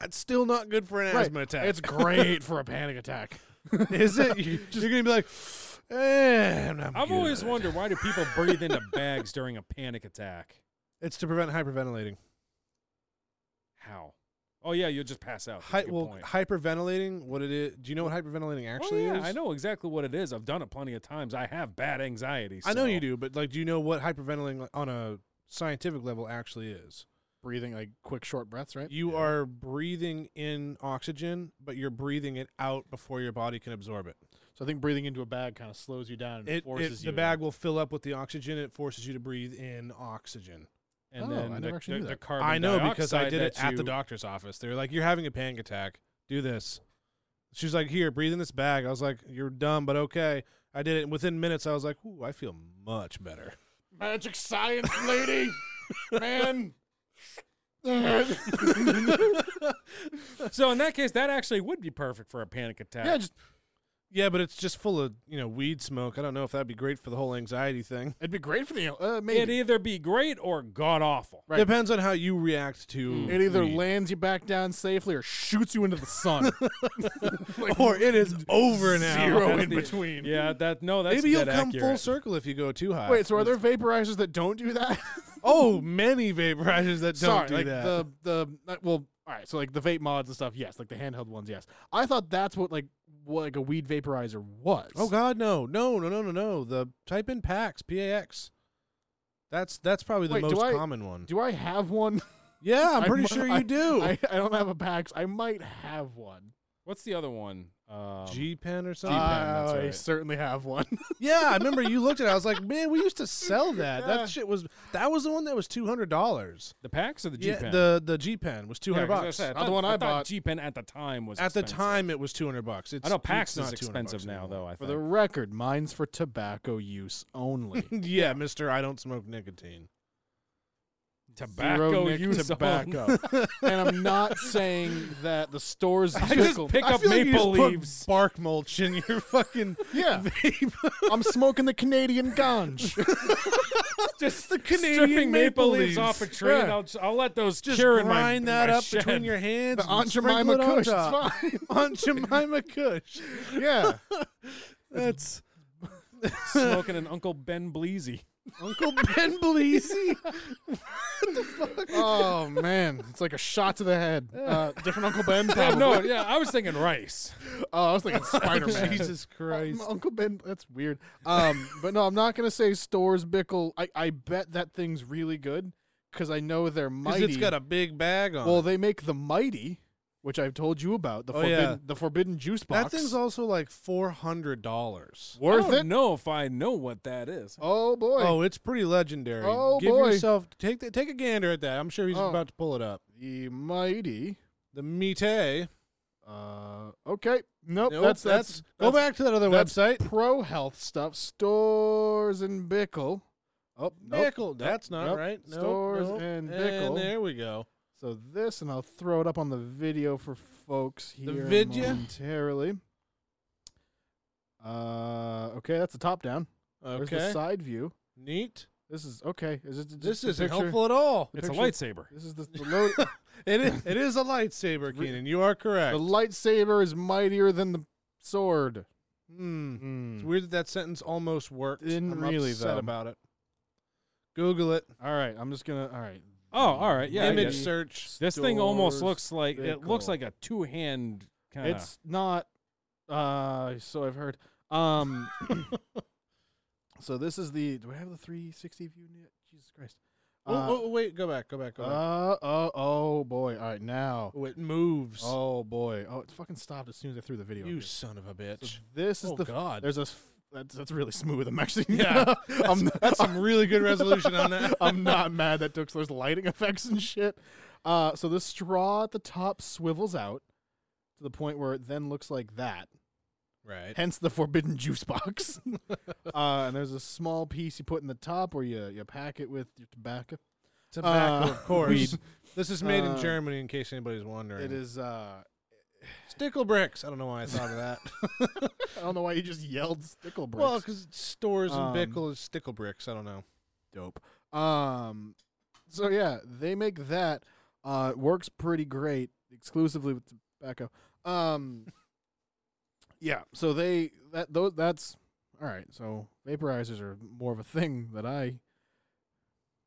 S1: That's still not good for an
S2: Right.
S1: asthma attack.
S2: It's great for a panic attack.
S1: is it? You, are gonna be like, eh, I'm not
S4: I've always
S1: good."
S4: wondered why do people breathe into bags during a panic attack?
S1: It's to prevent hyperventilating.
S4: How? Oh yeah, you'll just pass out. That's a
S1: Hy-
S4: good
S1: well,
S4: point.
S1: hyperventilating. What it is? Do you know what hyperventilating
S4: Well,
S1: actually
S4: yeah,
S1: is?
S4: I know exactly what it is. I've done it plenty of times. I have bad anxiety.
S1: I know
S4: so-
S1: you do, but like, do you know what hyperventilating on a scientific level actually is?
S2: breathing like quick short breaths, right?
S1: You are breathing in oxygen, but you're breathing it out before your body can absorb it.
S2: So I think breathing into a bag kind of slows you down and
S1: It,
S2: forces
S1: it-
S2: you.
S1: the bag will fill up with the oxygen. And it forces you to breathe in oxygen.
S4: and
S2: Oh,
S4: then
S2: I
S4: the,
S2: never actually
S4: the-
S2: knew
S4: the
S2: that.
S4: carbon
S1: I know because I
S4: dioxide
S1: did it
S4: that
S1: at the
S4: you-
S1: doctor's office. They were like, "You're having a panic attack. Do this." She's like, "Here, breathe in this bag." I was like, "You're dumb, but okay." I did it. And within minutes, I was like, "Ooh, I feel much better."
S2: Magic science, lady, man.
S4: So in that case, that actually would be perfect for a panic attack.
S2: yeah, just,
S1: Yeah, but it's just full of you know weed smoke. I don't know if that'd be great for the whole anxiety thing.
S2: it'd be great for the uh, maybe.
S4: it'd either be great or god awful.
S2: Right. Hmm.
S1: Depends on how you react to
S2: It either
S1: weed.
S2: lands you back down safely or shoots you into the sun. Like,
S1: or it is over now.
S2: zero
S4: That's
S2: in
S4: the-
S2: between.
S4: Yeah, that no, that's
S1: Maybe you'll
S4: dead
S1: come full
S4: accurate.
S1: circle if you go too high.
S2: Wait, so are there vaporizers that don't do that?
S1: oh many vaporizers that don't
S2: Sorry,
S1: do
S2: like
S1: that.
S2: the the not- well, all right. So like the vape mods and stuff, yes. Like the handheld ones, yes. I thought that's what like what, like a weed vaporizer was.
S1: oh God, no, no, no, no, no, no. The type in PAX, P A X. That's that's probably the
S2: Wait, do
S1: most
S2: I-
S1: common one.
S2: Do I have one?
S1: yeah, I'm
S2: I
S1: pretty
S2: mu-
S1: sure you
S2: I-
S1: do.
S2: I, I don't have a PAX. I might have one.
S4: What's the other one? Um,
S1: G pen or something.
S4: that's
S2: I
S4: right.
S2: certainly have one.
S1: yeah, I remember you looked at it. I was like, man, we used to sell that.
S2: Yeah.
S1: That shit was that was the one that was two hundred dollars.
S4: the packs or the G
S1: Yeah,
S4: pen?
S1: the the G pen was two
S4: Yeah,
S1: hundred
S4: 'cause I
S1: bucks.
S4: said,
S2: Not the one I bought.
S4: G pen at the time was
S1: at the
S4: expensive.
S1: time, it was two hundred bucks. It's
S4: I know
S1: it's
S4: PAX
S1: not
S4: is
S1: 200
S4: expensive
S1: bucks
S4: now,
S1: anymore.
S4: though. I
S2: For
S4: think.
S2: the record, mine's for tobacco use only.
S1: yeah, Mister, I don't smoke nicotine.
S4: tobacco
S2: Zero nic-
S4: use only.
S2: tobacco. and I'm not saying that the stores
S4: I just pick up maple leaves.
S1: bark mulch in your fucking
S2: yeah. I'm smoking the Canadian ganj.
S4: just
S1: the
S4: stripping
S1: Canadian maple leaves.
S4: off a tree. And
S2: Yeah.
S4: I'll, I'll let those
S1: just
S4: cure in my-
S1: grind
S4: in
S1: that
S4: my
S1: up
S4: shed.
S1: between your hands.
S2: The
S1: and
S2: Aunt
S1: sprinkle
S2: Jemima
S1: it on
S2: Kush. It's
S1: top.
S2: fine.
S1: Aunt Jemima Kush.
S2: Yeah.
S1: That's
S4: smoking an Uncle Ben Bleezy.
S1: Uncle Ben Bleasy.
S2: Oh, man. It's like a shot to the head. Uh, different Uncle Ben?
S4: Yeah,
S2: Probably.
S4: no, yeah, I was thinking rice.
S2: Oh, I was thinking Spider Man.
S1: Jesus Christ.
S2: Uncle Ben, that's weird. Um, but no, I'm not gonna say stores Bickle. I, I bet that thing's really good because I know they're
S1: Because
S2: mighty.
S1: it's got a big bag on.
S2: well,
S1: it.
S2: they make the mighty, which I've told you about the
S1: Oh,
S2: forbidden
S1: yeah.
S2: the forbidden juice
S1: that
S2: box.
S1: thing's also like four hundred dollars.
S4: I
S2: worth
S4: don't
S2: it.
S4: know if I know what that is.
S2: Oh boy,
S1: Oh, it's pretty legendary.
S2: Oh,
S1: Give
S2: boy.
S1: yourself take the, take a gander at that. I'm sure he's
S2: Oh.
S1: about to pull it up.
S2: the mighty.
S1: The Mite.
S2: Uh, okay, nope,
S1: Nope,
S2: that's that's,
S1: go back to that other
S2: that's
S1: website.
S2: pro health stuff. Stores and Bickle. Oh, nope.
S1: Bickle. That's not
S2: nope.
S1: right. Nope,
S2: Stores
S1: nope.
S2: and Bickle.
S1: there we go.
S2: So this, and I'll throw it up on the video for folks
S1: The
S2: here
S1: vidya?
S2: momentarily. Uh, okay, that's the top down. There's the
S1: Okay.
S2: side view.
S1: Neat.
S2: This is okay. Is it just
S1: This
S2: the
S1: isn't
S2: picture?
S1: helpful at all.
S4: It's a
S2: picture-
S4: lightsaber.
S2: This is the, the load.
S1: It is, it is a lightsaber,
S2: Re-
S1: Keenan. You are correct.
S2: the lightsaber is mightier than the sword.
S1: Hmm. It's weird that that sentence almost worked.
S2: Didn't
S1: I'm
S2: really,
S1: upset
S2: though.
S1: about it. Google it.
S2: All right, I'm just gonna. All right,
S4: Oh, all right, yeah. I
S1: Image
S4: guess.
S1: search.
S4: This thing almost
S2: Stores
S4: looks like it looks
S2: Bickle.
S4: like a two hand kind of.
S2: It's not. Uh, so I've heard. Um, so this is the. Do I have the 360 view yet? Jesus Christ.
S1: Oh,
S2: Uh,
S1: oh, wait, go back, go back, go back.
S2: Uh, oh, oh boy. All right, now.
S1: Oh, it moves.
S2: Oh boy. Oh, it fucking stopped as soon as I threw the video.
S1: you
S2: up
S1: son of a
S2: here.
S1: bitch.
S2: So this is
S1: oh
S2: the.
S1: God,
S2: There's a. s- That's, that's really smooth. I'm actually.
S1: Yeah.
S2: I'm, Uh,
S1: that's some really good resolution on that.
S2: I'm not mad that took those lighting effects and shit. Uh, so the straw at the top swivels out to the point where it then looks like that.
S1: right.
S2: Hence the forbidden juice box. uh, and there's a small piece you put in the top where you you pack it with your tobacco.
S1: Tobacco,
S2: Uh,
S1: of course.
S2: weed.
S1: This is made in
S2: Uh,
S1: Germany, in case anybody's wondering.
S2: It is. Uh,
S1: stickle bricks. I don't know why I thought of that.
S2: I don't know why you just yelled stickle bricks.
S1: well, because stores and
S2: Um,
S1: Bickle is stickle bricks. I don't know.
S2: dope. Um, so yeah, they make that. Uh, it works pretty great, exclusively with tobacco. Um, yeah, so they that those that's all right. So vaporizers are more of a thing that I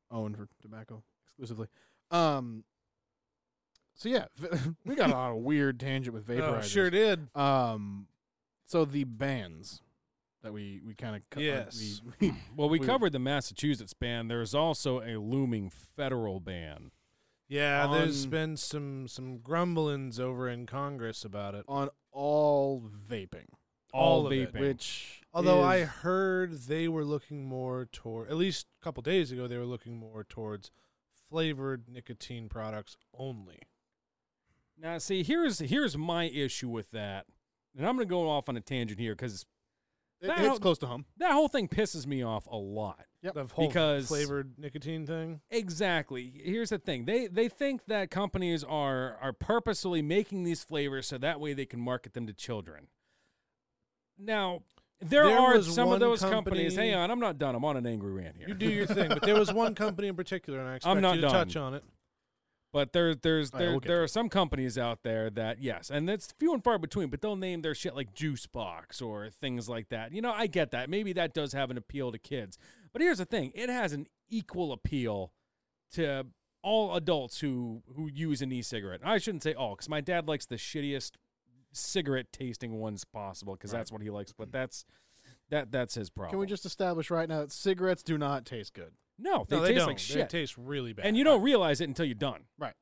S2: own for tobacco exclusively. Um, so yeah, we got on a weird tangent with vaporizers.
S1: Oh, sure did.
S2: Um, so the bands that we we kind of
S1: Yes.
S2: we,
S4: Well, we
S2: We-
S4: covered the Massachusetts ban. There's also a looming federal ban.
S1: Yeah, there's
S2: On-
S1: been some some grumblings over in Congress about it.
S2: on all vaping,
S1: All of it,
S4: vaping.
S2: which
S1: Although I
S2: is-
S1: heard they were looking more toward at least a couple days ago they were looking more towards flavored nicotine products only.
S4: Now, see, here's here's my issue with that, and I'm gonna go off on a tangent here because
S2: it,
S4: that
S2: it's
S4: whole-
S2: close to home.
S4: that whole thing pisses me off a lot.
S2: Yep.
S1: The whole
S4: Because-
S1: flavored nicotine thing.
S4: Exactly. Here's the thing: they they think that companies are are purposely making these flavors so that way they can market them to children. Now, there,
S1: There
S4: are
S1: was
S4: some
S1: one
S4: of those companies.
S1: company-
S4: Hang on, I'm not done. I'm on an angry rant here.
S1: You do your thing, but there was one company in particular, and I expect
S4: not
S1: you to
S4: done.
S1: touch on it.
S4: But there, there's
S2: All right,
S4: there,
S2: we'll get
S4: there
S2: to
S4: are some companies out there that yes, and it's few and far between. But they'll name their shit like Juice Box or things like that. You know, I get that. Maybe that does have an appeal to kids. But here's the thing: it has an equal appeal to all adults who who use an e-cigarette. I shouldn't say all, because my dad likes the shittiest cigarette tasting ones possible, because that's what he likes. But that's that that's his problem.
S2: Can we just establish right now that cigarettes do not taste good?
S4: no? They,
S1: No, they
S4: taste
S1: don't.
S4: like
S1: They
S4: shit,
S1: taste really bad.
S4: and you don't realize it until you're done.
S2: Right.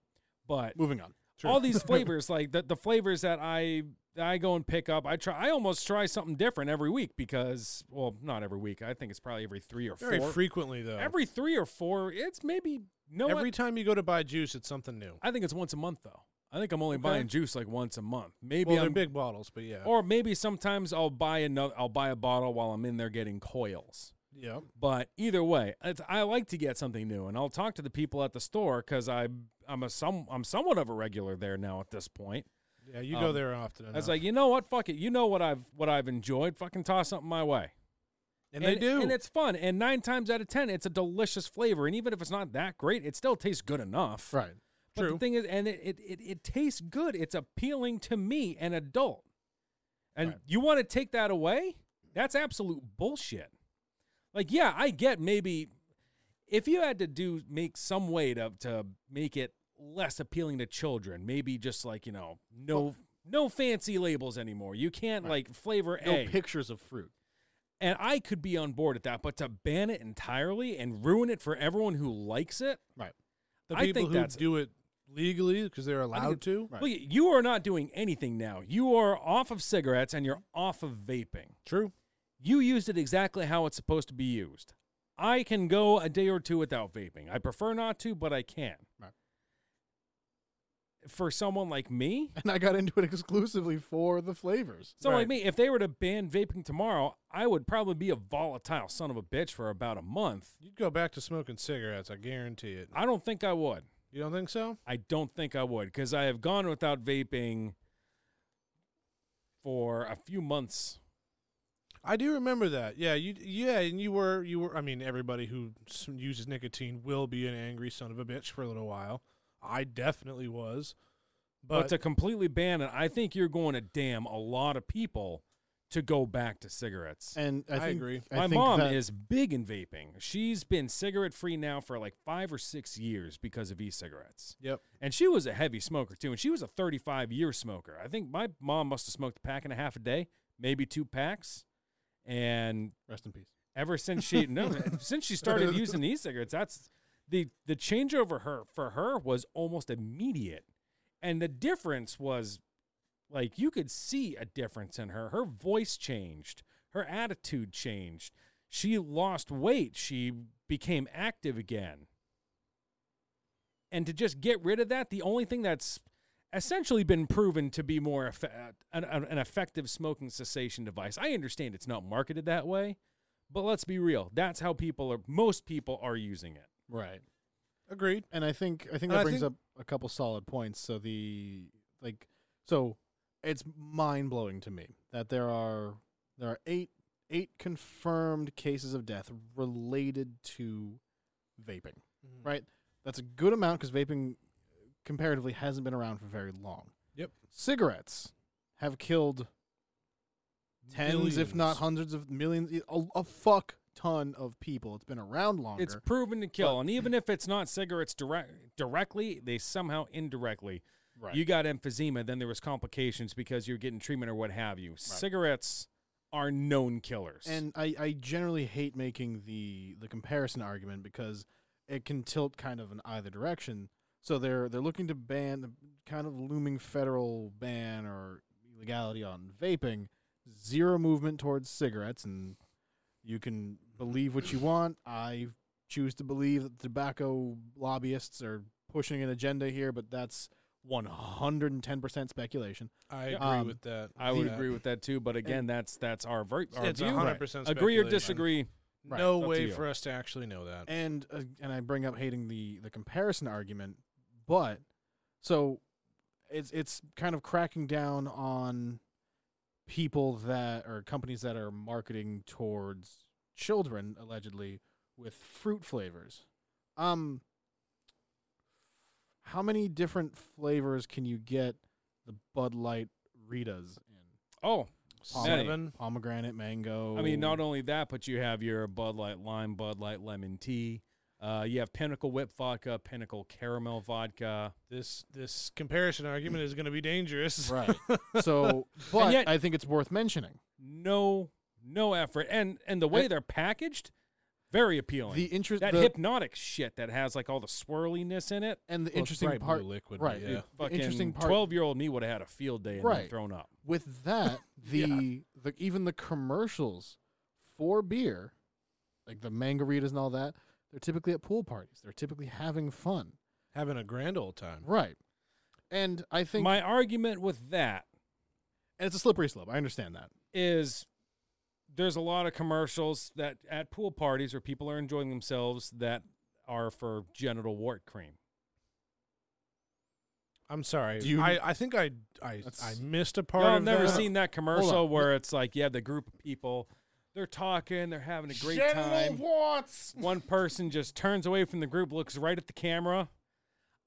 S4: But
S2: Moving on.
S1: True.
S4: all these flavors like the, the flavors that i that i go and pick up i try i almost try something different every week because well not every week i think it's probably every three or
S1: very
S4: four
S1: frequently though.
S4: every three or four it's maybe no
S1: Every time you go to buy juice, it's something new.
S4: i think it's once a month though i think i'm only
S1: Okay.
S4: buying juice like once a month maybe
S1: Well, they're
S4: i'm
S1: big bottles, but yeah,
S4: or maybe sometimes i'll buy another i'll buy a bottle while i'm in there getting coils
S1: yeah.
S4: But either way, it's, I like to get something new, and I'll talk to the people at the store because I I'm a some I'm somewhat of a regular there now at this point.
S1: Yeah, you go
S4: Um,
S1: there often enough.
S4: I was like, you know what? Fuck it. You know what I've what I've enjoyed. Fucking toss something my way.
S1: and, they do.
S4: and it's fun. And nine times out of ten, it's a delicious flavor. And even if it's not that great, it still tastes good enough.
S2: Right.
S4: But
S1: True.
S4: the thing is, and it it, it it tastes good. It's appealing to me, an adult. And
S2: Right.
S4: you want to take that away? That's absolute bullshit. Like, yeah, I get maybe if you had to do make some way to to make it less appealing to children, maybe just like you know, no no fancy labels anymore. You can't like flavor
S2: No
S4: A.
S2: pictures of fruit.
S4: And I could be on board at that, but to ban it entirely and ruin it for everyone who likes it,
S2: Right.
S1: the
S4: I
S1: people
S4: think
S1: who
S4: that's-
S1: do it legally because they're
S4: I think
S1: allowed
S4: it-
S1: to.
S2: right.
S4: Look, you are not doing anything now. You are off of cigarettes and you're off of vaping.
S1: True.
S4: You used it exactly how it's supposed to be used. I can go a day or two without vaping. I prefer not to, but I can.
S2: Right.
S4: For someone like me,
S2: And I got into it exclusively for the flavors.
S4: someone like
S1: Right.
S4: me, if they were to ban vaping tomorrow, I would probably be a volatile son of a bitch for about a month.
S1: You'd go back to smoking cigarettes. I guarantee it.
S4: I don't think I would.
S1: You don't think so?
S4: I don't think I would because I have gone without vaping for a few months.
S1: I do remember that. Yeah, you. Yeah, and you were. You were. I mean, everybody who s- uses nicotine will be an angry son of a bitch for a little while. I definitely was.
S4: But,
S1: But,
S4: to completely ban it, I think you're going to damn a lot of people to go back to cigarettes.
S2: And I,
S1: I
S2: think,
S1: agree.
S2: I
S4: My
S2: think
S4: mom
S2: that-
S4: is big in vaping. She's been cigarette free now for like five or six years because of e-cigarettes.
S1: yep.
S4: And she was a heavy smoker too. And she was a 35 year smoker. I think my mom must have smoked a pack and a half a day, maybe two packs. And
S2: Rest in peace.
S4: ever since she no since she started using e-cigarettes that's the the changeover her for her was almost immediate and the difference was like you could see a difference in her her voice changed her attitude changed she lost weight she became active again and to just get rid of that the only thing that's essentially been proven to be more effe- uh, an, an an effective smoking cessation device i understand it's not marketed that way but let's be real. That's how people are. Most people are using it.
S2: Right.
S1: Agreed.
S2: And I think I
S1: And
S2: think that
S1: I
S2: brings
S1: think-
S2: up a couple solid points. So the like so it's mind blowing to me that there are there are eight eight confirmed cases of death related to vaping.
S4: Mm-hmm.
S1: Mhm.
S2: Right? That's a good amount because vaping comparatively hasn't been around for very long.
S1: Yep.
S2: Cigarettes have killed tens, if not
S1: Millions.
S2: hundreds of millions, a, a fuck ton of people. It's been around longer.
S4: It's proven to kill, and even if it's not cigarettes direct directly, they somehow indirectly.
S2: right.
S4: You got emphysema, then there was complications because you're getting treatment or what have you. Cigarettes are known killers.
S2: And I, I generally hate making the the comparison argument because it can tilt kind of in either direction. So they're they're looking to ban the kind of looming federal ban or illegality on vaping, zero movement towards cigarettes, and you can believe what you want. I choose to believe that tobacco lobbyists are pushing an agenda here, but that's one hundred and ten percent speculation.
S1: I
S4: Yeah.
S1: agree
S2: Um,
S1: with that.
S4: I would
S1: Yeah.
S4: agree with that too. But again, that's that's our, ver- our
S1: uh, It's
S4: view.
S1: 100%
S4: Agree or
S1: speculation.
S4: disagree?
S2: Right,
S1: no
S4: it's up to
S1: way
S4: you.
S1: for us to actually know that.
S2: and uh, and I bring up hating the the comparison argument, but so it's it's kind of cracking down on people that or companies that are marketing towards children allegedly with fruit flavors. Um how many different flavors can you get the Bud Light Ritas in?
S4: Oh, many.
S1: Seven.
S2: Pomegranate, mango.
S4: I mean, not only that, but you have your Bud Light Lime, Bud Light Lemon Tea. Uh, you have Pinnacle Whip Vodka, Pinnacle Caramel Vodka.
S1: This this comparison argument is going to be dangerous.
S2: right. So, but
S4: yet-
S2: I think it's worth mentioning.
S4: No, no effort, and and the way they're packaged, very appealing.
S2: The interest
S4: that
S2: the,
S4: hypnotic shit that has like all the swirliness in it.
S2: and the
S1: Well,
S2: interesting
S1: Sprite
S2: part
S1: Blue liquid,
S2: right,
S1: Yeah.
S2: dude. The
S4: Fucking
S2: interesting part-
S4: twelve-year-old me would have had a field day and then
S2: Right.
S4: thrown up.
S2: with that the, the even the commercials for beer like the mangaritas and all that they're typically at pool parties they're typically having fun
S1: Having a grand old time.
S2: right and i think
S4: My argument with that
S2: and it's a slippery slope i understand that
S4: is there's a lot of commercials that at pool parties where people are enjoying themselves that are for genital wart cream.
S1: I'm sorry.
S2: Do you-
S1: I, I think I I, I
S2: That's-
S1: missed a part
S4: Y'all
S1: of
S4: have never
S1: that.
S4: seen that commercial
S2: on.
S4: where it's like, yeah, the group of people, they're talking, they're having a great time. One person just turns away from the group, looks right at the camera.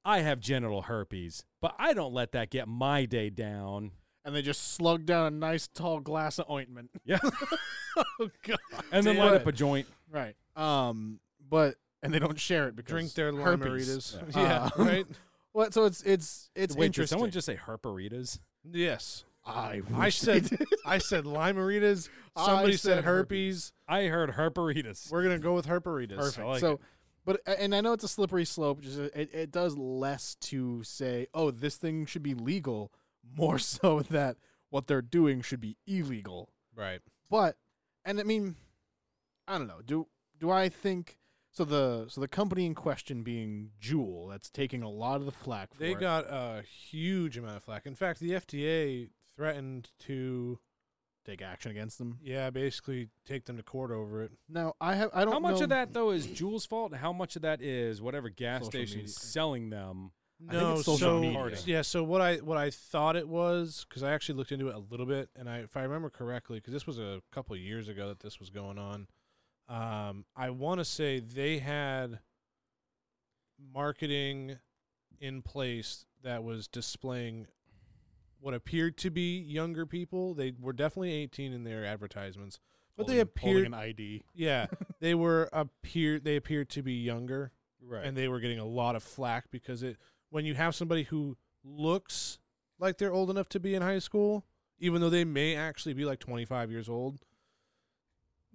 S4: I have genital herpes, but I don't let that get my day down.
S2: and they just slug down a nice tall glass of ointment
S4: Yeah.
S2: oh god
S4: And then
S2: Damn
S4: light
S2: it.
S4: up a joint.
S2: right um but and they don't share it because
S1: Drink their
S2: herpes.
S1: limeritas.
S2: Yeah.
S1: Yeah,
S2: Uh,
S1: right?
S2: Well, so it's it's it's
S4: Wait, did
S2: interesting.
S4: someone just say herperitas?
S1: Yes.
S2: I
S1: I
S2: wish they
S1: said
S2: did.
S1: I said limeritas. Somebody
S2: I
S1: said,
S2: said
S1: herpes.
S4: I heard herperitas.
S1: We're going to go with herperitas.
S4: Perfect. I like
S2: so, but and I know it's a slippery slope. Just uh, it, it does less to say, oh, this thing should be legal, more so that what they're doing should be illegal.
S1: Right.
S2: But and I mean, I don't know. Do do I think so? The so the company in question being Juul, that's taking a lot of the flack. For
S1: They
S2: it.
S1: got a huge amount of flack. In fact, the FDA threatened to
S2: take action against them.
S1: yeah, basically take them to court over it.
S2: Now I have I don't
S4: How much
S2: know-
S4: of that though is Jule's fault? and How much of that is whatever gas
S2: Social
S4: station
S2: media.
S4: is selling them?
S2: I think
S1: No,
S2: it's social
S1: so
S2: media.
S1: yeah. So what I what I thought it was because I actually looked into it a little bit, and I if I remember correctly, because this was a couple of years ago that this was going on. Um, I want to say they had marketing in place that was displaying what appeared to be younger people. They were definitely eighteen in their advertisements, but they
S2: Holding- holding
S1: appeared
S2: an ID.
S1: yeah they were appear they appeared to be younger
S4: Right.
S1: and they were getting a lot of flack because it when you have somebody who looks like they're old enough to be in high school, even though they may actually be like 25 years old,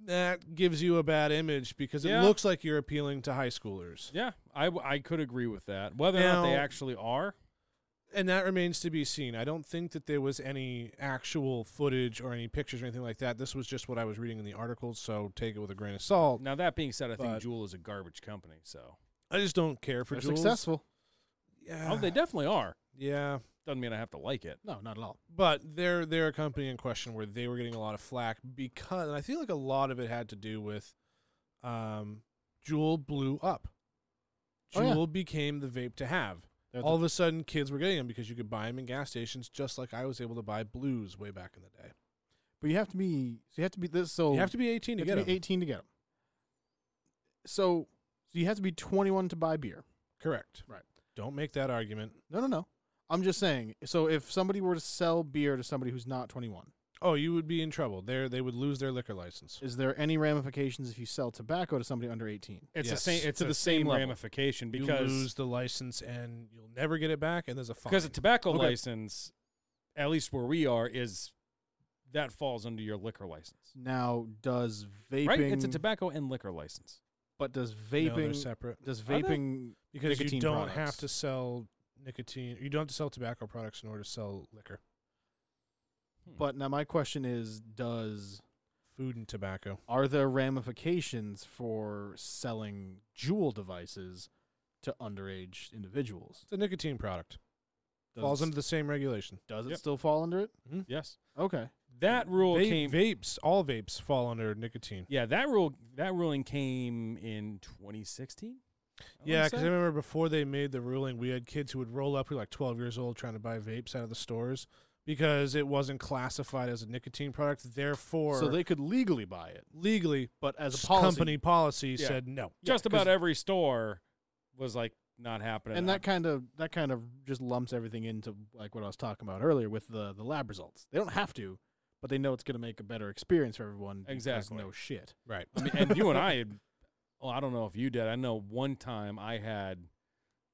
S1: that gives you a bad image because
S4: Yeah.
S1: it looks like you're appealing to high schoolers.
S4: yeah, I, w- I could agree with that. Whether or not they
S1: Now-
S4: actually are,
S1: And that remains to be seen. I don't think that there was any actual footage or any pictures or anything like that. This was just what I was reading in the articles, so take it with a grain of salt.
S4: now that being said, I think
S1: But-
S4: Jewel is a garbage company. So
S1: I just don't care for
S2: They're
S1: Juuls.
S2: successful.
S1: Yeah.
S4: oh, they definitely are.
S1: yeah.
S4: Doesn't mean I have to like it.
S2: No, not at all.
S1: but they're they're a company in question where they were getting a lot of flack because and I feel like a lot of it had to do with um Juul blew up.
S2: Oh, yeah.
S1: Juul became the vape to have.
S2: They're the-
S1: All of a sudden kids were getting them because you could buy them in gas stations just like I was able to buy blues way back in the day.
S2: But you have to be. So you have to be this. So
S1: You have to be 18 to
S2: Oh, You
S1: get
S2: have to
S1: them.
S2: be 18 to get them. So, so you have to be 21 to buy beer.
S1: Correct.
S2: Right.
S1: Don't make that argument.
S2: No, no, no. I'm just saying. So if somebody were to sell beer to somebody who's not 21,
S1: Oh, you would be in trouble. They they would lose their liquor license.
S2: is there any ramifications if you sell tobacco to somebody under 18?
S4: It's
S1: Yes.
S4: the same. It's
S1: To
S4: the,
S1: the
S4: same
S1: same level.
S4: ramification
S1: you
S4: because
S1: lose the license and you'll never get it back and there's a fine.
S4: because a tobacco
S2: Okay.
S4: license, at least where we are, is that falls under your liquor license,
S2: Now, does vaping
S4: right? It's a tobacco and liquor license.
S2: But does
S1: No, they're
S2: vaping
S1: separate Hmm.
S2: does
S4: Are they?
S2: vaping
S1: because you
S2: Nicotine
S1: don't have
S2: products.
S1: to sell nicotine. You don't have to sell tobacco products in order to sell liquor,
S2: but now my question is does
S1: food, and tobacco.
S2: are there ramifications for selling jewel devices to underage individuals?
S1: It's a nicotine product.
S2: Does
S1: Falls
S2: it,
S1: under the same regulation.
S2: does it
S4: Yep.
S2: still fall under it?
S4: Yes,
S2: Okay.
S4: that rule
S1: Va-
S4: came.
S1: vapes, all vapes fall under nicotine.
S4: yeah, that rule. That ruling came in 2016.
S1: Yeah, because I remember before they made the ruling, we had kids who would roll up who were like 12 years old trying to buy vapes out of the stores because it wasn't classified as a nicotine product. Therefore,
S2: so they could legally buy it,
S1: legally,
S2: but as a
S1: s-
S2: policy,
S1: company policy
S4: Yeah.
S1: said no.
S4: just
S2: Yeah, 'cause-
S4: about every store was like not happening.
S2: and
S4: I'm-
S2: that kind of that kind of just lumps everything into like what I was talking about earlier with the the lab results. They don't have to, but they know it's going to make a better experience for everyone. because
S4: Exactly.
S2: No shit.
S1: Right.
S4: I mean, and you and I had, well, I don't know if you did. I know one time I had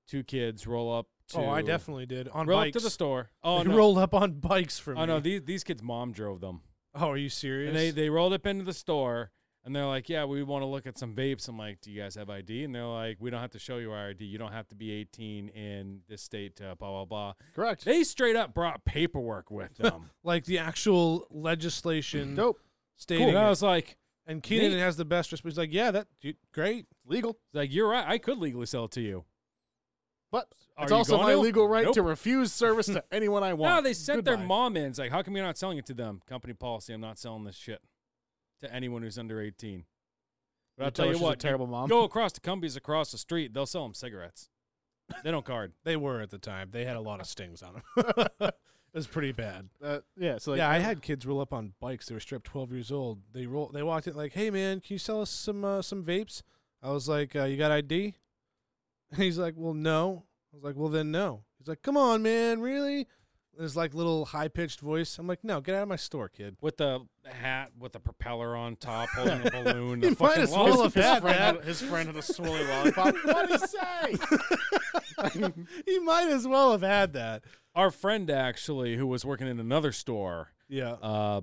S4: two kids roll up to.
S1: oh, I definitely did. On
S4: roll up
S1: bikes.
S4: to the store. Oh
S1: they
S4: no,
S1: rolled up on bikes for me.
S4: oh no, these these kids' mom drove them,
S1: oh, are you serious?
S4: and they they rolled up into the store. And they're like, yeah, we want to look at some vapes. I'm like, do you guys have ID? And they're like, we don't have to show you our ID. You don't have to be 18 in this state to blah, blah, blah.
S2: Correct.
S4: They straight up brought paperwork with them.
S1: like the actual legislation
S2: Dope.
S1: stating.
S4: cool. And I
S1: it.
S4: was like,
S1: And Keenan
S4: Neat.
S1: has the best response. He's like, yeah, that dude, great.
S2: Legal.
S4: like, you're right. I could legally sell it to you.
S2: But
S4: Are
S2: it's
S4: you
S2: also
S4: going
S2: my
S4: to?
S2: legal right to
S4: Nope.
S2: refuse service to anyone I want.
S4: No, they sent their
S2: Goodbye.
S4: mom in. It's like, how come you're not selling it to them? Company policy. I'm not selling this shit to anyone who's under 18. But
S2: You
S4: I'll tell
S2: her
S4: you
S2: she's a
S4: what, you
S2: terrible mom.
S4: go across to Cumbies across the street. They'll sell them cigarettes. They don't card.
S1: They were at the time. They had a lot of stings on them. it was pretty bad.
S2: Uh, yeah. So like,
S1: yeah, I had kids roll up on bikes. They were stripped, twelve years old. They roll. They walked in like, "Hey, man, can you sell us some uh, some vapes?" I was like, uh, "You got ID?" And he's like, "Well, no." I was like, "Well, then no." He's like, "Come on, man, really?" And his like little high pitched voice. I'm like, "No, get out of my store, kid."
S4: With the hat, with the propeller on top, holding a balloon.
S1: You
S4: the
S1: might
S4: fucking
S1: as well
S4: lawn-
S1: have had
S2: friend
S1: that.
S2: had- his friend had a swirly lollipop. what did he say?
S1: He might as well have had that.
S4: Our friend, actually, who was working in another store,
S1: Yeah.
S4: uh,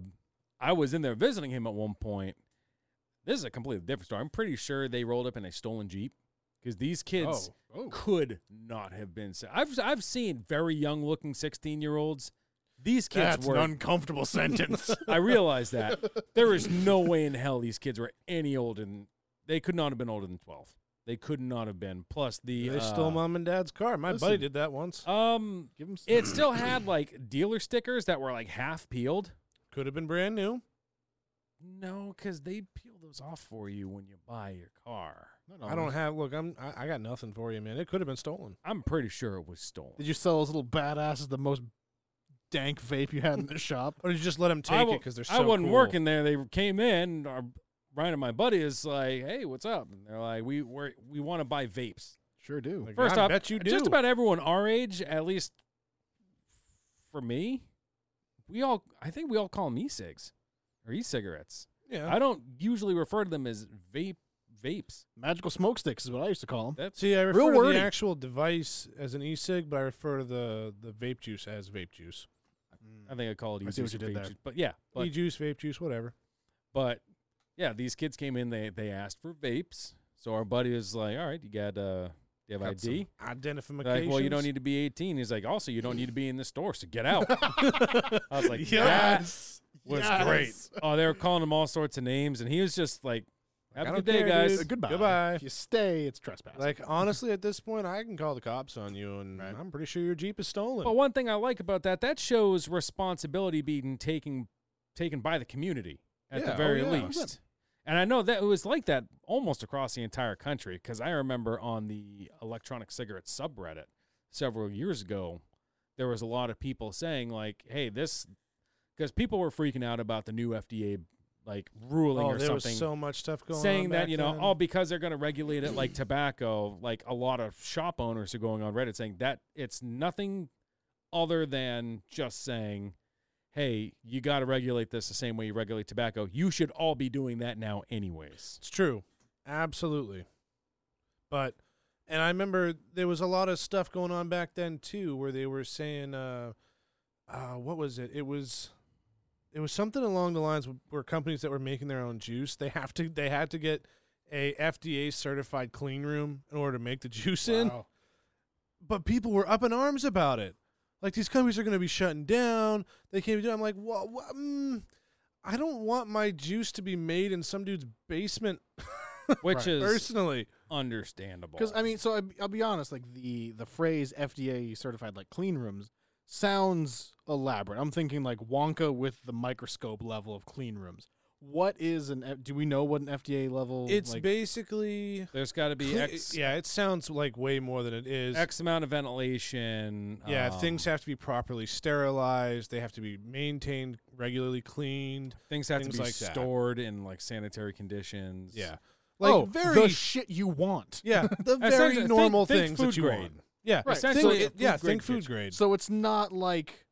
S4: I was in there visiting him at one point. This is a completely different story. I'm pretty sure they rolled up in a stolen Jeep because these kids.
S2: Oh.
S4: could not have been. sa- I've I've seen very young looking sixteen year olds. These kids were.
S2: uncomfortable sentence.
S4: I realize that there is no way in hell these kids were any older than they could not have been older than twelve. They could not have been. Plus the
S1: they
S4: uh,
S1: stole mom and dad's car. My buddy
S2: listen.
S1: did that once.
S4: um.
S2: Give him
S4: It still had like dealer stickers that were like half peeled.
S1: Could have been brand new.
S4: No, because they peel those off for you when you buy your car.
S1: I don't have. Look, I'm. I, I got nothing for you, man. It could have been stolen.
S4: I'm pretty sure it was stolen.
S2: Did you sell those little badasses the most dank vape you had in the shop?
S1: Or did you just let them take
S4: I
S1: it
S4: wa-
S1: it because they're so
S4: I wasn't
S1: cool?
S4: working there. They came in. Our, Brian and my buddy is like, "Hey, what's up?" And they're like, "We we're, we want to buy vapes."
S2: Sure do.
S1: Like,
S4: First
S1: I
S4: off,
S1: bet you do.
S4: just about everyone our age, at least for me, we all I think we all call them e-cigs or e-cigarettes.
S1: yeah.
S4: I don't usually refer to them as vape vapes.
S2: Magical smoke sticks is what I used to call them.
S4: That's
S1: See, I
S4: Real
S1: refer to
S4: wordy.
S1: the actual device as an e-cig, but I refer to the, the vape juice as vape juice.
S4: I think I call it
S2: I see
S4: e-cigs
S2: what
S4: or
S2: you did
S4: vape
S2: there.
S4: juice, but yeah, but
S1: E-juice, vape juice, whatever.
S4: But yeah, these kids came in. They they asked for vapes. So our buddy is like, "All right, you got uh, do you have
S1: Got
S4: ID?"
S1: some Identification.
S4: They're Like, well, you don't need to be 18. He's like, also, you don't need to be in the store, so get out. I was like, that was great. Oh, they were calling him all sorts of names, and he was just like, have a
S1: I
S4: good
S1: don't
S4: day,
S1: care,
S4: guys.
S1: dude.
S2: Goodbye.
S1: Goodbye.
S2: If you stay, it's trespassing.
S1: Like honestly, at this point, I can call the cops on you, and
S2: Right.
S1: I'm pretty sure your jeep is stolen.
S4: But one thing I like about that, that shows responsibility being taken taken by the community at
S1: Yeah,
S4: the
S1: oh,
S4: very
S1: yeah.
S4: least. And I know that it was like that almost across the entire country because I remember on the electronic cigarette subreddit several years ago, there was a lot of people saying like, "Hey, this," because people were freaking out about the new FDA like ruling
S1: oh,
S4: or
S1: there
S4: something
S1: was so much stuff going on.
S4: saying that
S1: back
S4: you know
S1: then.
S4: oh because they're going to regulate it like tobacco like a lot of shop owners are going on reddit saying that it's nothing other than just saying hey you got to regulate this the same way you regulate tobacco you should all be doing that now anyways
S1: It's true. Absolutely. But and I remember there was a lot of stuff going on back then too where they were saying uh uh what was it? It was it was something along the lines where companies that were making their own juice, they have to they had to get a FDA certified clean room in order to make the juice in. But people were up in arms about it. Like these companies are going to be shutting down. They can't be doing. I'm like, well, wha- mm, I don't want my juice to be made in some dude's basement.
S4: which
S2: Right.
S4: is
S1: Personally,
S4: understandable.
S2: Because I mean, so I, I'll be honest. Like the the phrase FDA certified like clean rooms sounds elaborate. I'm thinking like Wonka with the microscope level of clean rooms. What is an? F- Do we know what an FDA level?
S1: it's
S2: like,
S1: basically
S4: there's got to be
S1: Cle-
S4: X,
S1: yeah. It sounds like way more than it is.
S4: X amount of ventilation.
S1: yeah,
S4: um,
S1: things have to be properly sterilized. They have to be maintained regularly cleaned.
S4: things have
S1: things
S4: to be
S1: like that.
S4: stored in like sanitary conditions.
S1: Yeah, like
S2: like oh,
S1: very
S2: the shit you want.
S1: yeah, the
S4: Essentially,
S1: very
S4: think-
S1: normal
S4: think
S1: things
S4: food
S1: that you
S4: grade.
S1: want. Yeah, think,
S2: Right.
S4: Essentially,
S1: it-
S4: a food
S1: yeah,
S4: grade
S1: think food
S4: kitchen.
S1: grade.
S2: So it's not like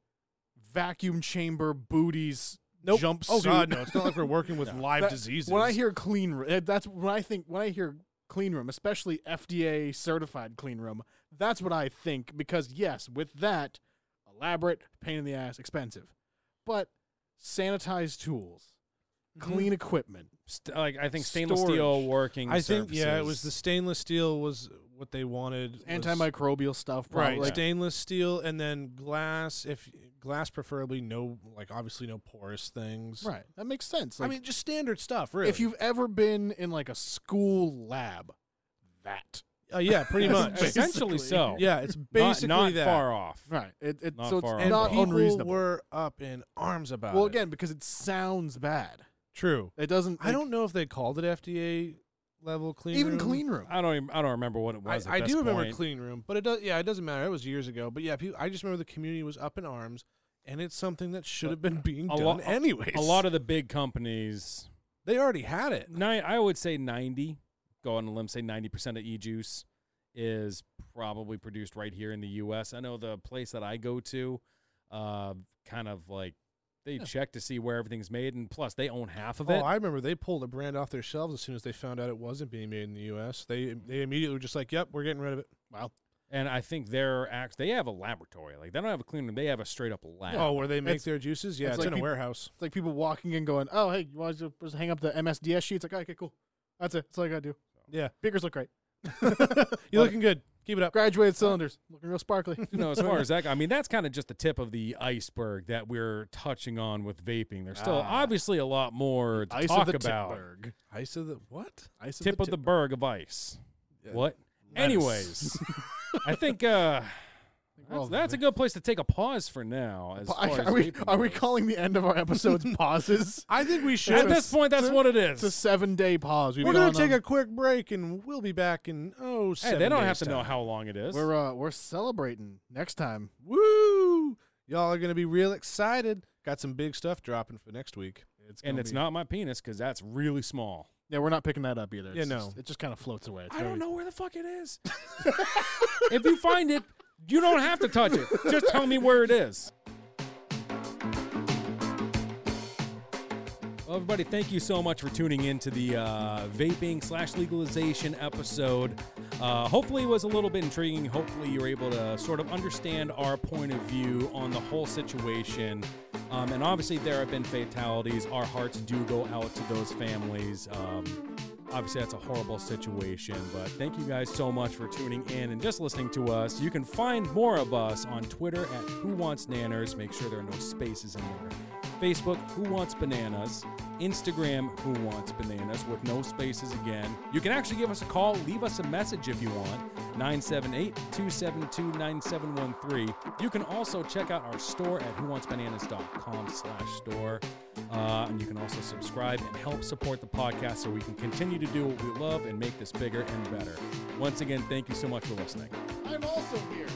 S2: vacuum chamber booties.
S1: Nope.
S2: Jumpsuit.
S1: Oh god, no! It's not like we're working with live
S2: That-
S1: diseases.
S2: When I hear clean room, that's when I think when I hear clean room, especially FDA certified clean room. That's what I think because yes, with that, elaborate, pain in the ass, expensive, but sanitized tools,
S1: Mhm.
S2: clean equipment.
S4: St- like I think stainless steel
S2: Storage.
S4: working.
S1: I think yeah, it was the
S4: surfaces.
S1: stainless steel was what they wanted. was-
S2: Antimicrobial stuff, probably.
S1: Right, stainless steel and then glass. If glass, preferably no, like obviously no porous things.
S2: right. That makes sense.
S1: I
S2: Like,
S1: mean, just standard stuff. Really.
S2: if you've ever been in like a school lab, that
S1: uh, yeah, pretty much.
S2: Basically.
S4: essentially so.
S1: yeah, it's
S4: Not-
S1: basically
S4: not,
S1: that.
S4: far off.
S2: right. It, it
S4: Not
S2: so it's
S4: far off.
S1: and
S2: not
S1: people
S2: unreasonable.
S1: were up in arms about
S2: well,
S1: it.
S2: again, because it sounds bad.
S1: true.
S2: It doesn't.
S1: I don't know if they called it FDA level clean.
S2: even
S1: room.
S2: clean room.
S4: I don't. Even, I don't remember what it
S1: I,
S4: was. at
S1: I
S4: this
S1: do remember
S4: point.
S1: clean room, but it does. Yeah, it doesn't matter. It was years ago, but yeah, people, I just remember the community was up in arms, and it's something that should have been being
S4: a
S1: done
S4: lo-
S1: anyways.
S4: a lot of the big companies.
S1: they already had it.
S4: Nine, I would say ninety. Go on a limb, say ninety percent of e juice is probably produced right here in the U.S. I know the place that I go to, uh, kind of like they check to see where everything's made, and plus they own half of it.
S1: Oh, I remember they pulled a brand off their shelves as soon as they found out it wasn't being made in the U.S. They they immediately were just like, "Yep, we're getting rid of it." Wow.
S4: and I think they're act. They have a laboratory. Like they don't have a clean room. They have a straight up lab.
S1: Oh, where they make
S2: It's-
S1: their juices? Yeah,
S2: it's
S1: it's,
S2: like
S1: in a
S2: peop-
S1: warehouse.
S2: It's like people walking in going, "Oh, hey, you want to just hang up the MSDS sheets?" Like, okay, cool. That's it. That's all I gotta do.
S1: Yeah,
S2: Beakers look great.
S1: you're looking good. Keep it up.
S2: Graduated cylinders looking real sparkly.
S4: you know, as far as that, go- I mean, that's kind of just the tip of the iceberg that we're touching on with vaping. There's still
S2: Ah.
S4: obviously a lot more to talk about.
S2: Berg.
S1: I said that. What?
S2: Ice
S4: Tip of the
S2: tip.
S4: berg of ice.
S1: Yeah.
S4: What?
S1: Lettuce.
S4: Anyways, I think uh,
S2: we're all
S4: that's, that's a good place to take a pause for now. As
S2: Pa-
S4: far as
S2: are we
S4: vaping
S2: are we
S4: goes.
S2: calling the end of our episodes pauses?
S1: I think we should.
S4: At this point, that's
S2: to-
S4: what it
S2: It's a
S4: is.
S2: seven day pause. We've
S1: We're gonna
S2: gone
S1: take
S2: on-
S1: a quick break, and we'll be back in oh.
S4: Hey, they don't have to know how long it is.
S2: We're uh, we're celebrating next time.
S1: Woo! Y'all are gonna be real excited. Got some big stuff dropping for next week.
S2: It's
S4: and
S2: gonna
S4: it's
S2: be-
S4: not my penis because that's really small.
S2: Yeah, we're not picking that up either. It's
S1: Yeah,
S2: just-
S1: no.
S2: it just kind of floats away. It's
S4: I don't
S2: very-
S4: know where the fuck it is. if you find it, you don't have to touch it. Just tell me where it is. Well, everybody, thank you so much for tuning in to the uh, vaping slash legalization episode. Uh, hopefully, it was a little bit intriguing. Hopefully, you were able to sort of understand our point of view on the whole situation. Um, and obviously, there have been fatalities. Our hearts do go out to those families. Um, obviously that's a horrible situation but thank you guys so much for tuning in and just listening to us you can find more of us on twitter at who wants nanners make sure there are no spaces in there facebook who wants bananas instagram who wants bananas with no spaces again you can actually give us a call leave us a message if you want 978-272-9713 you can also check out our store at whowantsbananas.com slash store uh, and you can also subscribe and help support the podcast so we can continue to do what we love and make this bigger and better. Once again, thank you so much for listening.
S2: I'm also here.